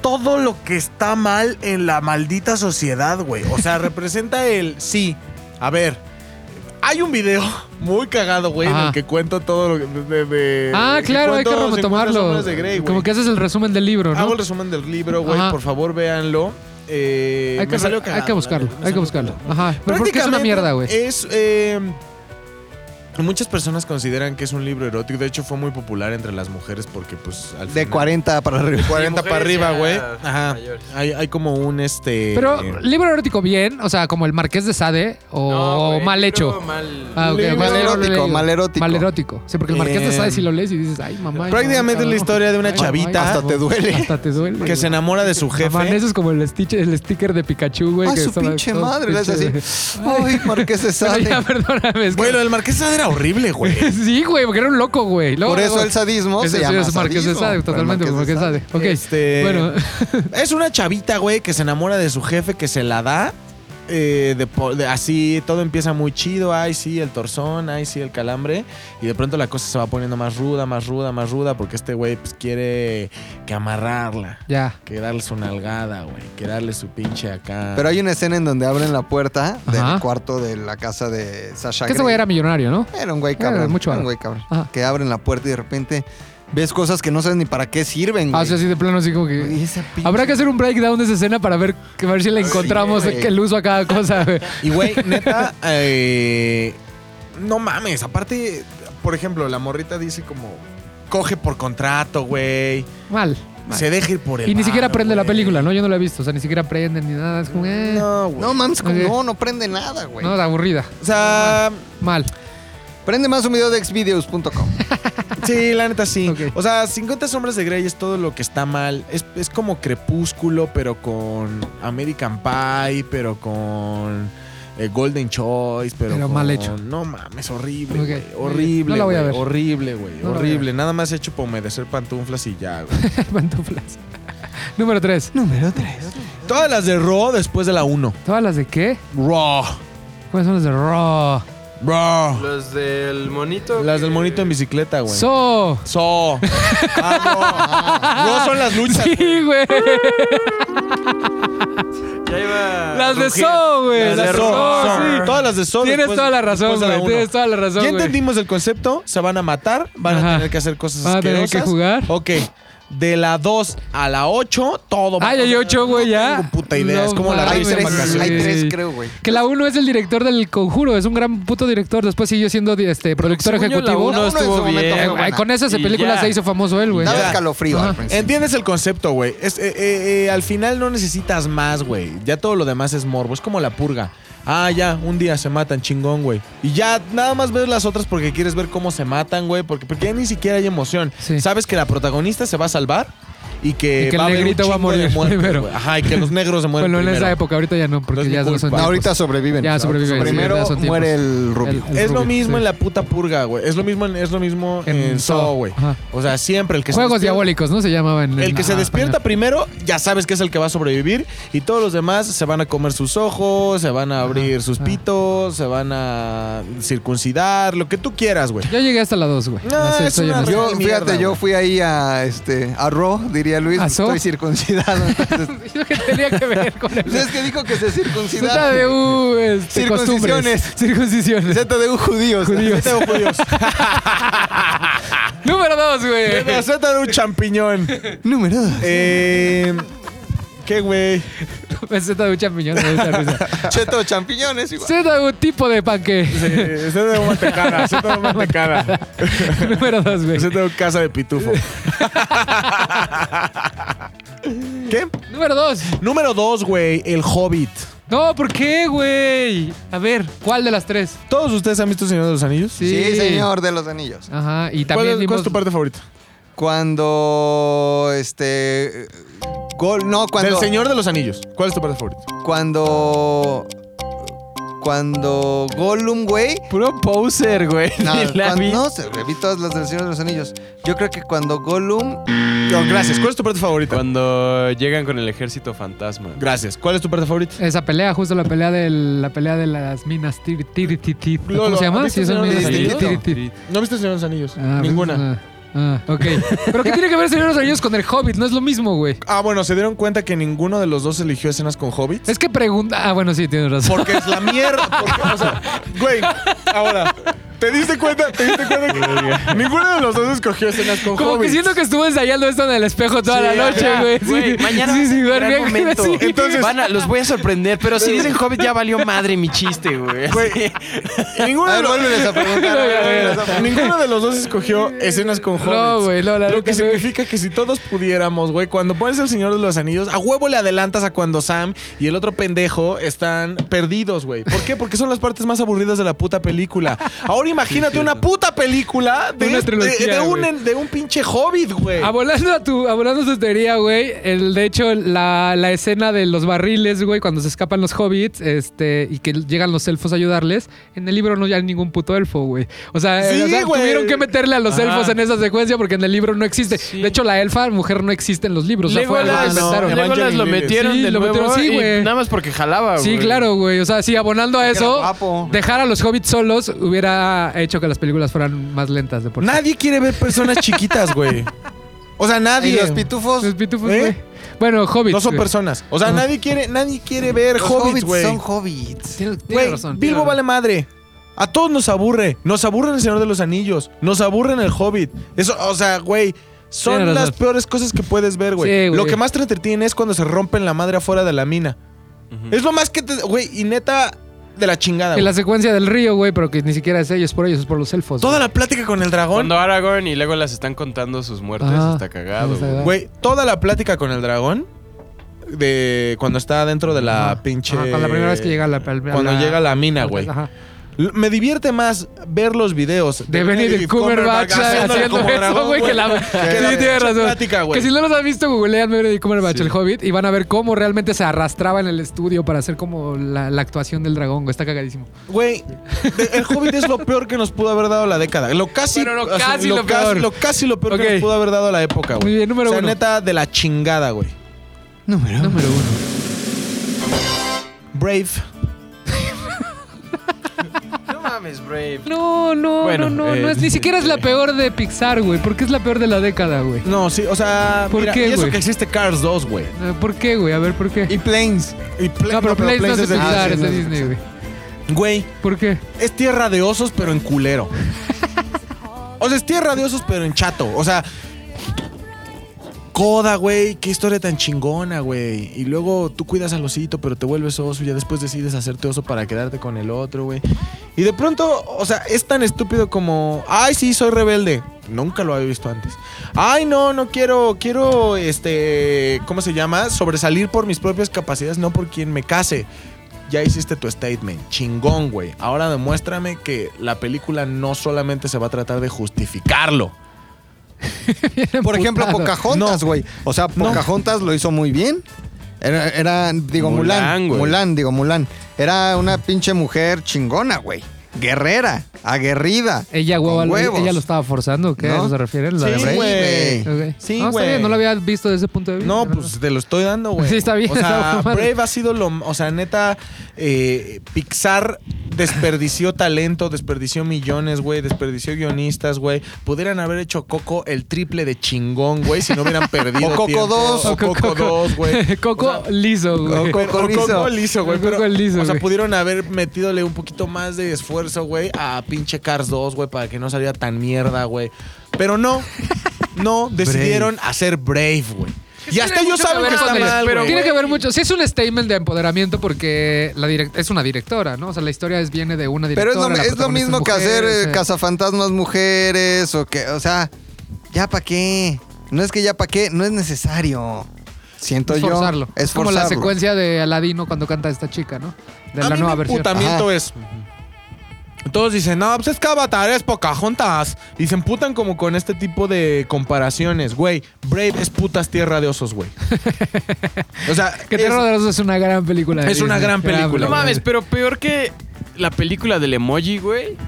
Todo lo que está mal en la maldita sociedad, güey. o sea, representa el sí. A ver, hay un video muy cagado, güey, en Ajá. el que cuento todo lo que. de- de- Ah, de- claro, hay que cuento 50 retomarlo. sombras de Grey, güey. Ah, Como que haces el resumen del libro, Hago ¿no? el resumen del libro, güey. Ajá. Por favor, véanlo. Eh, Hay que, me salió hay cagado, que buscarlo, la neta, me hay que salió buscarlo. cagado. Ajá, pero porque es una Prácticamente mierda, güey. Es. eh, Muchas personas consideran que es un libro erótico. De hecho, fue muy popular entre las mujeres porque, pues, al De final- 40 para arriba. de 40 para mujeres arriba, ya güey. Ajá. mayores. Hay, hay como un este. Pero eh, libro erótico bien, o sea, como el Marqués de Sade o mal hecho. Ah, ok, Libro mal erótico, leído. mal erótico. Mal erótico. Sí, porque el Marqués de Eh, Sade si lo lees y dices, ay, mamá. ay, prácticamente mamá, es la historia de una ay, chavita. mamá, Hasta mamá, te duele. Hasta te duele. que se enamora de su jefe. Eso es como el sticker, el sticker de Pikachu, güey. Ay, que su estaba- pinche todo madre. Le hace pinche- así. Ay, ¿por qué se Pero sale? ya, perdóname. es que- Güey, lo del Marqués de Sade era horrible, güey. sí, güey, porque era un loco, güey. Luego- Por eso el sadismo Ese se sí llama es Marqués de sadismo. Sade, totalmente, Pero el Marqués de Sade. Ok, Este- bueno. Es una chavita, güey, que se enamora de su jefe, que se la da. eh, de po- de- así, todo empieza muy chido, ay sí, el torzón, ay sí, el calambre, y de pronto la cosa se va poniendo más ruda, más ruda, más ruda, porque este güey pues, quiere que amarrarla, Ya. que darle su nalgada, güey, que darle su pinche acá. Pero hay una escena en donde abren la puerta del Ah. Ajá. cuarto de la casa de Sasha Que ese Grey. güey era millonario, ¿no? Era un güey Era cabrón. Era, mucho un varo. güey cabrón. Ajá. Que abren la puerta y de repente ves cosas que no sabes ni para qué sirven, güey. Ah, o sea, así de plano, así como que. Y esa Mm. pinche- Habrá que hacer un breakdown de esa escena para ver, que- a ver si le encontramos güey. el uso a cada cosa, güey. Y güey, neta, eh, no mames. Aparte, por ejemplo, la morrita dice como coge por contrato, güey. Mal. Se deja ir por el. Y ni siquiera varo, aprende la güey. película, ¿no? Yo no la he visto. O sea, ni siquiera aprenden ni nada. Es como, eh. No, No, güey. No mames, como- Ok. no, no prende nada, güey. de aburrida. o sea, Mal. Prende más un video de xvideos.com. sí, la neta sí. Ok. O sea, 50 sombras de Grey es todo lo que está mal. Es, es como Crepúsculo, pero con American Pie, pero con eh, Golden Choice, pero, Pero con- mal hecho. No mames, horrible, Ok. güey. No Horrible, la voy a güey, ver. horrible, güey, No la voy a horrible. Nada más hecho para humedecer pantuflas y ya, güey. Pantuflas. Número 3. Número 3. Todas las de Raw después de la 1. ¿Todas las de qué? Raw. ¿Cuáles son las de Raw? Raw. Los del monito. Las del monito en bicicleta, güey. So. So. Vamos. Raw son las luchas. Sí, güey. Ya iba. Las de rugir. So, güey. Las de So, So. sí. Todas las de So. Tienes después- toda la razón, después de la güey. uno. Tienes toda la razón, Ya güey. entendimos el concepto. Se van a matar. Van Ajá. a tener que hacer cosas Van a tener que asquerosas. jugar. Ok. De la 2 a la 8, todo va Ay, hay ocho, güey, Ah, ya. tengo puta idea, No es como la mames, Hay risa tres, vacaciones. hay tres, güey. creo, güey. Que la uno es el director del conjuro, es un gran puto director. Después siguió siendo este, productor Según yo, la ejecutivo. uno La uno en estuvo su momento bien. fue Eh, güey. güey, con esas Y películas ya. se hizo famoso él, güey. Ya. Daba escalofrío Pues Ajá. al principio. Entiendes el concepto, güey. Es, eh, eh, eh, al final no necesitas más, güey. Ya todo lo demás es morbo. Es como la purga. Ah, ya, un día se matan, chingón, güey. Y ya nada más ves las otras porque quieres ver cómo se matan, güey. Porque, porque ya ni siquiera hay emoción. Sí. Sabes que la protagonista se va a salvar y que, Y que el va a haber un negrito va a chingo de morir muertes, primero. güey. Ajá, y que los negros se mueren Bueno, en primero. esa época, ahorita ya no, porque No es mi ya no son culpa. No, tiempos. ahorita sobreviven. Pues Ya ¿no? sobreviven, sí, ya Primero son tiempos. muere el El- rubio. el Es lo rubio, mismo sí. en la puta purga, güey. Es lo mismo en, es lo mismo En en, Saw, Saw, güey. ajá. O sea, siempre el que se Juegos despierta- diabólicos, ¿no? Se llamaba en El que se ajá, despierta español. primero, ya sabes que es el que va a sobrevivir. Y todos los demás se van a comer sus ojos, se van a abrir sus ajá. pitos, se van a circuncidar, lo que tú quieras, güey. Yo llegué hasta la 2, güey. No, No sé, es soy una Yo, honesto. Qué mierda, fíjate, yo güey. fui ahí a este a Ro, diría Luis, ¿A So? estoy circuncidado. entonces- Yo que tenía que ver con el. es que dijo que se Puta circuncidaba. de uh, este, Circuncisiones. costumbres. Circuncisiones. ZDU judíos. Judíos. Número 2, güey. Receta de un champiñón. Número dos. Eh, ¿Qué, güey? Receta Pues, de un champiñón. me gusta la risa. Cheto de champiñones. igual. Receta de un tipo de panque. Receta de un mantecada. Receta de un mantecada. Número 2, güey. Receta de un casa de pitufo. ¿Qué? Número 2. Número dos, güey. El Hobbit. No, ¿por qué, güey? A ver, ¿cuál de las tres? ¿Todos ustedes han visto Señor de los Anillos? Sí, señor de los anillos. Ajá, y ¿Cuál, también es- cuál vimos... es tu parte favorita? Cuando este gol, no, cuando Del Señor de los Anillos. ¿Cuál es tu parte favorita? cuando cuando Gollum, güey. Puro poser, güey. No, Ni la cuan- vi. no sé, güey, vi todas las del Señor de los Anillos. Yo creo que cuando Gollum No, gracias. ¿Cuál es tu parte favorita? Cuando llegan con el ejército fantasma. Gracias. ¿Cuál es tu parte favorita? Esa pelea, justo la pelea de la pelea de las minas tir, tir, tir, tir. ¿Cómo Lolo, se llama? ¿has Sí, visto son Señor de minas los tir, Anillos? tir, tir. ¿No viste Señor de los Anillos? Ah, Ninguna. Ah, ah, ok. ¿Pero qué tiene que ver Señor de los Anillos con el Hobbit? No es lo mismo, güey. Ah, bueno, se dieron cuenta que ninguno de los dos eligió escenas con hobbits. Es que pregunta... Ah, bueno, sí, tienes razón. Porque es la mierda. porque, o sea, güey, ahora, ¿te diste cuenta? ¿Te diste cuenta que ninguno de los dos escogió escenas con Como que hobbits? siento que estuvo ensayando esto en el espejo toda Sí, la ajá, noche, güey. Sí, güey, Mañana sí, va a ser sí, un gran verga, momento. sí. Entonces, Van a- los voy a sorprender, pero si dicen Hobbit ya valió madre mi chiste, güey. Güey, A ninguno, de ver, los, vuelve a preguntar. a ver, vuélveles a preguntar. ninguno de los dos escogió escenas con hobbits. No, güey, no, la Lo neta que no. significa que si todos pudiéramos, güey, cuando pones el Señor de los Anillos, a huevo le adelantas a cuando Sam y el otro pendejo están perdidos, güey. ¿Por qué? Porque son las partes más aburridas de la puta película. Ahora imagínate una puta película de, Una este- trilogía, de güey. un, de un pinche hobbit, güey. Ah, volando a tu, a volando a tu teoría, güey. El, de hecho, la, la escena de los barriles, güey, cuando se escapan los hobbits, este, y que llegan los elfos a ayudarles, en el libro no hay ningún puto elfo, güey. O sea, Sí, o sea, güey. tuvieron que meterle a los Ajá. elfos en esa secuencia porque en el libro no existe. Sí. De hecho, la elfa mujer no existe en los libros. O sea, fue algo que Legolas, no, inventaron. Evangeline Legolas lo Lillis. metieron Sí, de lo nuevo metieron, sí, y güey. nada más porque jalaba, Sí, güey. claro, güey. O sea, sí, abonando a Porque era eso, guapo. dejar a los hobbits solos hubiera hecho que las películas fueran más lentas de por sí. Nadie quiere ver personas chiquitas, güey. O sea, Y nadie. los pitufos. Los pitufos, ¿Eh? güey. Bueno, hobbits. No son güey. personas. O sea, Ajá. nadie quiere, nadie quiere ver los hobbits, hobbits güey. son hobbits. Tienes- tienes Güey, razón. tienes Bilbo razón. vale madre. A todos nos aburre. Nos aburre el Señor de los Anillos. Nos aburre en el Hobbit. Eso, o sea, güey. Son Tienes las razón. peores cosas que puedes ver, güey. Sí, güey. Lo que más te entretiene es cuando se rompen la madre afuera de la mina. Es lo más que te. Güey, y neta, de la chingada. Y güey. la secuencia del río, güey, pero que ni siquiera es ellos, por ellos, es por los elfos. Toda güey. la plática con el dragón. Cuando Aragorn y Legolas están contando sus muertes, Ah, está cagado, está güey. cagado. Güey, toda la plática con el dragón. De cuando está dentro de la Ajá. pinche. Ajá, cuando la primera vez que llega a la- a la- Cuando llega a la mina, güey. Ajá. L- Me divierte más ver los videos De Benedict Cumberbatch haciendo eso, güey, que la... Sí, la tienes pinche razón. plática, güey. Que si no los has visto, googlean Benedict Cumberbatch, el Hobbit, y van a ver cómo realmente se arrastraba en el estudio para hacer como la, la actuación del dragón, güey. Está cagadísimo. Güey, de- el Hobbit es lo peor que nos pudo haber dado la década. Lo casi, Bueno, lo o sea, casi lo casi- peor. lo casi lo peor Ok. que nos pudo haber dado la época, güey. Muy bien, número O sea, uno. neta, de la chingada, güey. Número. Número uno. Brave. No mames, Brave. No, no, Bueno, no, no. no eh, es, ni siquiera es la eh. peor de Pixar, güey, porque es la peor de la década, güey. No, sí, o sea, ¿Por mira, qué, y eso güey? que existe Cars 2, güey. Eh, ¿Por qué, güey? A ver, ¿por qué? Y Planes. Y Play- no, pero Place no es de de- Pixar, es de no es de Disney, güey. Güey, ¿Por qué? es tierra de osos, pero en culero. o sea, es tierra de osos, pero en chato. O sea, coda, güey. Qué historia tan chingona, güey. Y luego tú cuidas al osito, pero te vuelves oso. Y ya después decides hacerte oso para quedarte con el otro, güey. Y de pronto, o sea, es tan estúpido como, ay, sí, soy rebelde. Nunca lo había visto antes. Ay, no, no quiero, quiero, este, ¿cómo se llama? Sobresalir por mis propias capacidades, no por quien me case. Ya hiciste tu statement, chingón, güey. Ahora demuéstrame que la película no solamente se va a tratar de justificarlo. Por ejemplo, Emputado. Pocahontas, güey. O sea, Pocahontas lo hizo muy bien. Era, era, digo, Mulan, Mulan. güey. Mulan, digo, Mulan. Era una pinche mujer chingona, güey. Guerrera, aguerrida. Ella, con hueva, huevos. ella lo estaba forzando, ¿o ¿qué? ¿A ¿No? eso se refiere? ¿Lo de Sí, Brave? güey. Ok. Sí, no, está güey. bien, no lo había visto desde ese punto de vista. No, pues te lo estoy dando, güey. Sí, está bien, O sea, está mal. Brave ha sido lo. O sea, neta, eh, Pixar desperdició talento, desperdició millones, güey, desperdició guionistas, güey. Pudieran haber hecho Coco el triple de chingón, güey, si no hubieran perdido. O Coco tiempo. dos. O Coco 2, güey. Coco O sea, liso, güey. Coco, Coco Coco liso. liso. güey. Coco pero, liso, o sea, güey. pudieron haber metidole un poquito más de esfuerzo, güey, a pinche Cars 2, güey, para que no saliera tan mierda, güey. Pero no, no, decidieron hacer Brave, güey. Y hasta Tiene ellos mucho saben ver que está con el- mal, pero güey. Tiene que ver mucho. Sí, es un statement de empoderamiento porque la direc- es una directora, ¿no? O sea, la historia es- viene de una Pero directora. es lo, la es lo protagonista mismo es que hacer mujer, o eh, sea. cazafantasmas mujeres o que, o sea, ya para qué. No es que ya para qué, no es necesario. Siento Es yo. forzarlo. Es Es como la forzarlo. secuencia de Aladino cuando canta esta chica, ¿no? De A la mí nueva mi versión. emputamiento Ajá. es. Todos dicen, no, pues es que Avatar es Pocahontas. Y se emputan como con este tipo de comparaciones. Güey, Brave es putas tierra de osos, güey. O sea, Que es- Terror de los es una gran película. de Es una Disney. gran película. No mames, pero peor que la película del emoji, güey.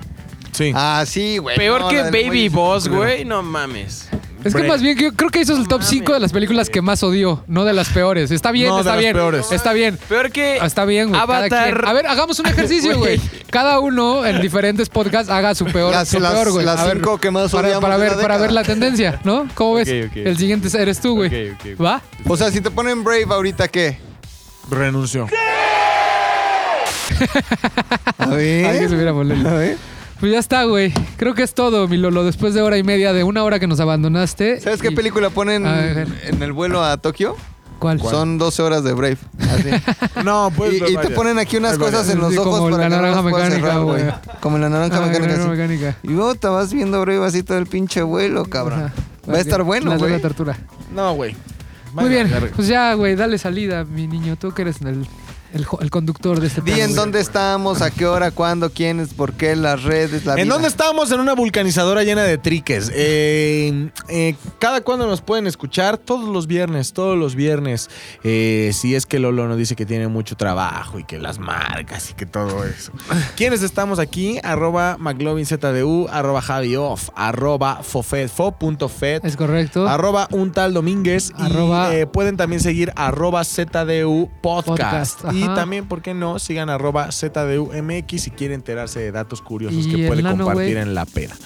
Sí. Ah, sí, güey. Peor No, que la del Baby güey. Boss, güey. No mames. Es que Brave. más bien, yo creo que hizo el top 5 de las películas que más odió, no de las peores. Está bien, No, de está las bien. peores. Está bien. Peor que. Ah, Está bien, güey. cada Avatar. quien. A ver, hagamos un ejercicio, Güey. güey. Cada uno en diferentes podcasts haga su peor, Las- su las- peor, güey. las A ver, cinco que más para, odiamos para de ver, la para ver década. la tendencia, ¿no? ¿Cómo ves? Ok, ok. El siguiente eres tú, güey. Ok, ok. ¿Va? O sea, si te ponen Brave ahorita, ¿qué? Renunció. A Hay que ver. subir a ponerlo. A ver. Pues ya está, güey. Creo que es todo, mi Lolo. Después de hora y media, de una hora que nos abandonaste. ¿Sabes qué Y- película ponen A ver. en el vuelo a Tokio? ¿Cuál? Son 12 horas de Brave. Así. No, pues. y, y te ponen aquí unas Hay varias. cosas en los Sí, ojos como para la que no naranja las puedas mecánica, cerrar, güey. güey. Como en la naranja Ah, mecánica. Guerrero así. mecánica. Y vos te vas viendo Brave así todo el pinche vuelo, cabrón. Ajá. Va a estar bueno, Las de la güey. tortura. No, güey. Muy Vale, bien, verga. pues ya, güey, dale salida, mi niño. Tú que eres el, el, jo- el conductor de este Di en programa. dónde estamos, a qué hora, cuándo, quiénes, por qué, las redes, la ¿En vida. dónde estábamos? En una vulcanizadora llena de triques. Eh, eh, ¿Cada cuándo nos pueden escuchar? Todos los viernes, todos los viernes. Eh, si es que Lolo nos dice que tiene mucho trabajo y que las marcas y que todo eso. ¿Quiénes estamos aquí? Arroba McLovinZDU, arroba JaviOff, arroba Fofed, fo.fed, Es correcto. arroba un tal Domínguez. y, Arroba- eh, pueden también seguir arroba ZDU Podcast. Podcast, ajá. y también, ¿por qué no? Sigan arroba ZDU MX si quieren enterarse de datos curiosos Y que el puede nano, compartir güey. en la peda.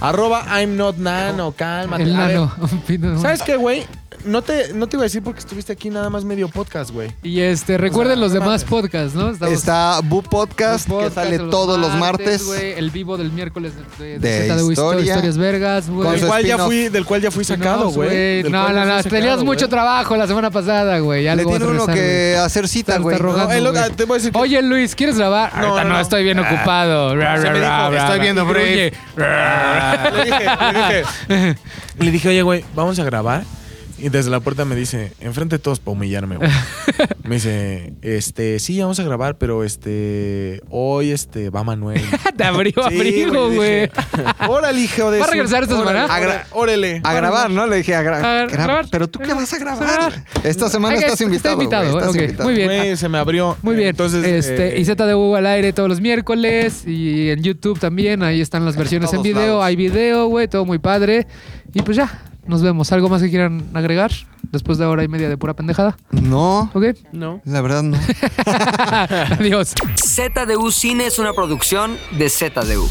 Arroba I'm not nano, cálmate. el A ver, nano. Pino. ¿Sabes qué, güey? No te, no te iba a decir porque estuviste aquí nada más medio podcast, güey. Y este, recuerden los demás podcasts, ¿no? Estamos- Está Bu Podcast, podcast que sale de todos los martes. güey, el vivo del miércoles de, de, De ZDU historia. Historias Vergas, güey. Con Del su cual, ya spin-off. fui, del cual ya fui sacado, Spin-offs, güey. Del No, cual no, ya fui no. sacado, Tenías güey. mucho trabajo la semana pasada, güey. Le Algo vas tiene a uno regresar, que hacer cita, Está güey. rogando. No, el otro- ah, te voy a decir güey. que- Oye, Luis, ¿quieres grabar? No, Ahorita no, no, no. Ah, estoy bien ocupado. Ra, Se ra, me dijo, ra, ra, estoy ra. viendo Y gruñe. le dije, le dije, le dije, oye, güey, vamos a grabar. Y desde la puerta me dice, enfrente de todos para humillarme, güey. Me dice, este, sí, vamos a grabar, pero este, hoy este, va Manuel. Te abrió Sí, abrigo, le güey. dije, Órale, hijo de ¿Va a su- regresar esta órale, semana? órale, Órale. A grabar, ¿no? Le dije a, gra- A ver, gra- grabar. Pero tú qué vas a Grabar. grabar? Esta semana Ok, estás está invitado. güey, invitado, estás ok, invitado. muy bien. Güey, se me abrió. Muy bien. Entonces, este, eh, y ZDU al aire todos los miércoles y en YouTube también. Ahí están las versiones en todos video. lados. Hay video, güey, todo muy padre. Y pues ya, nos vemos. ¿Algo más que quieran agregar después de hora y media de pura pendejada? No, ¿Ok? No. la verdad no. Adiós. ZDU Cine es una producción de ZDU.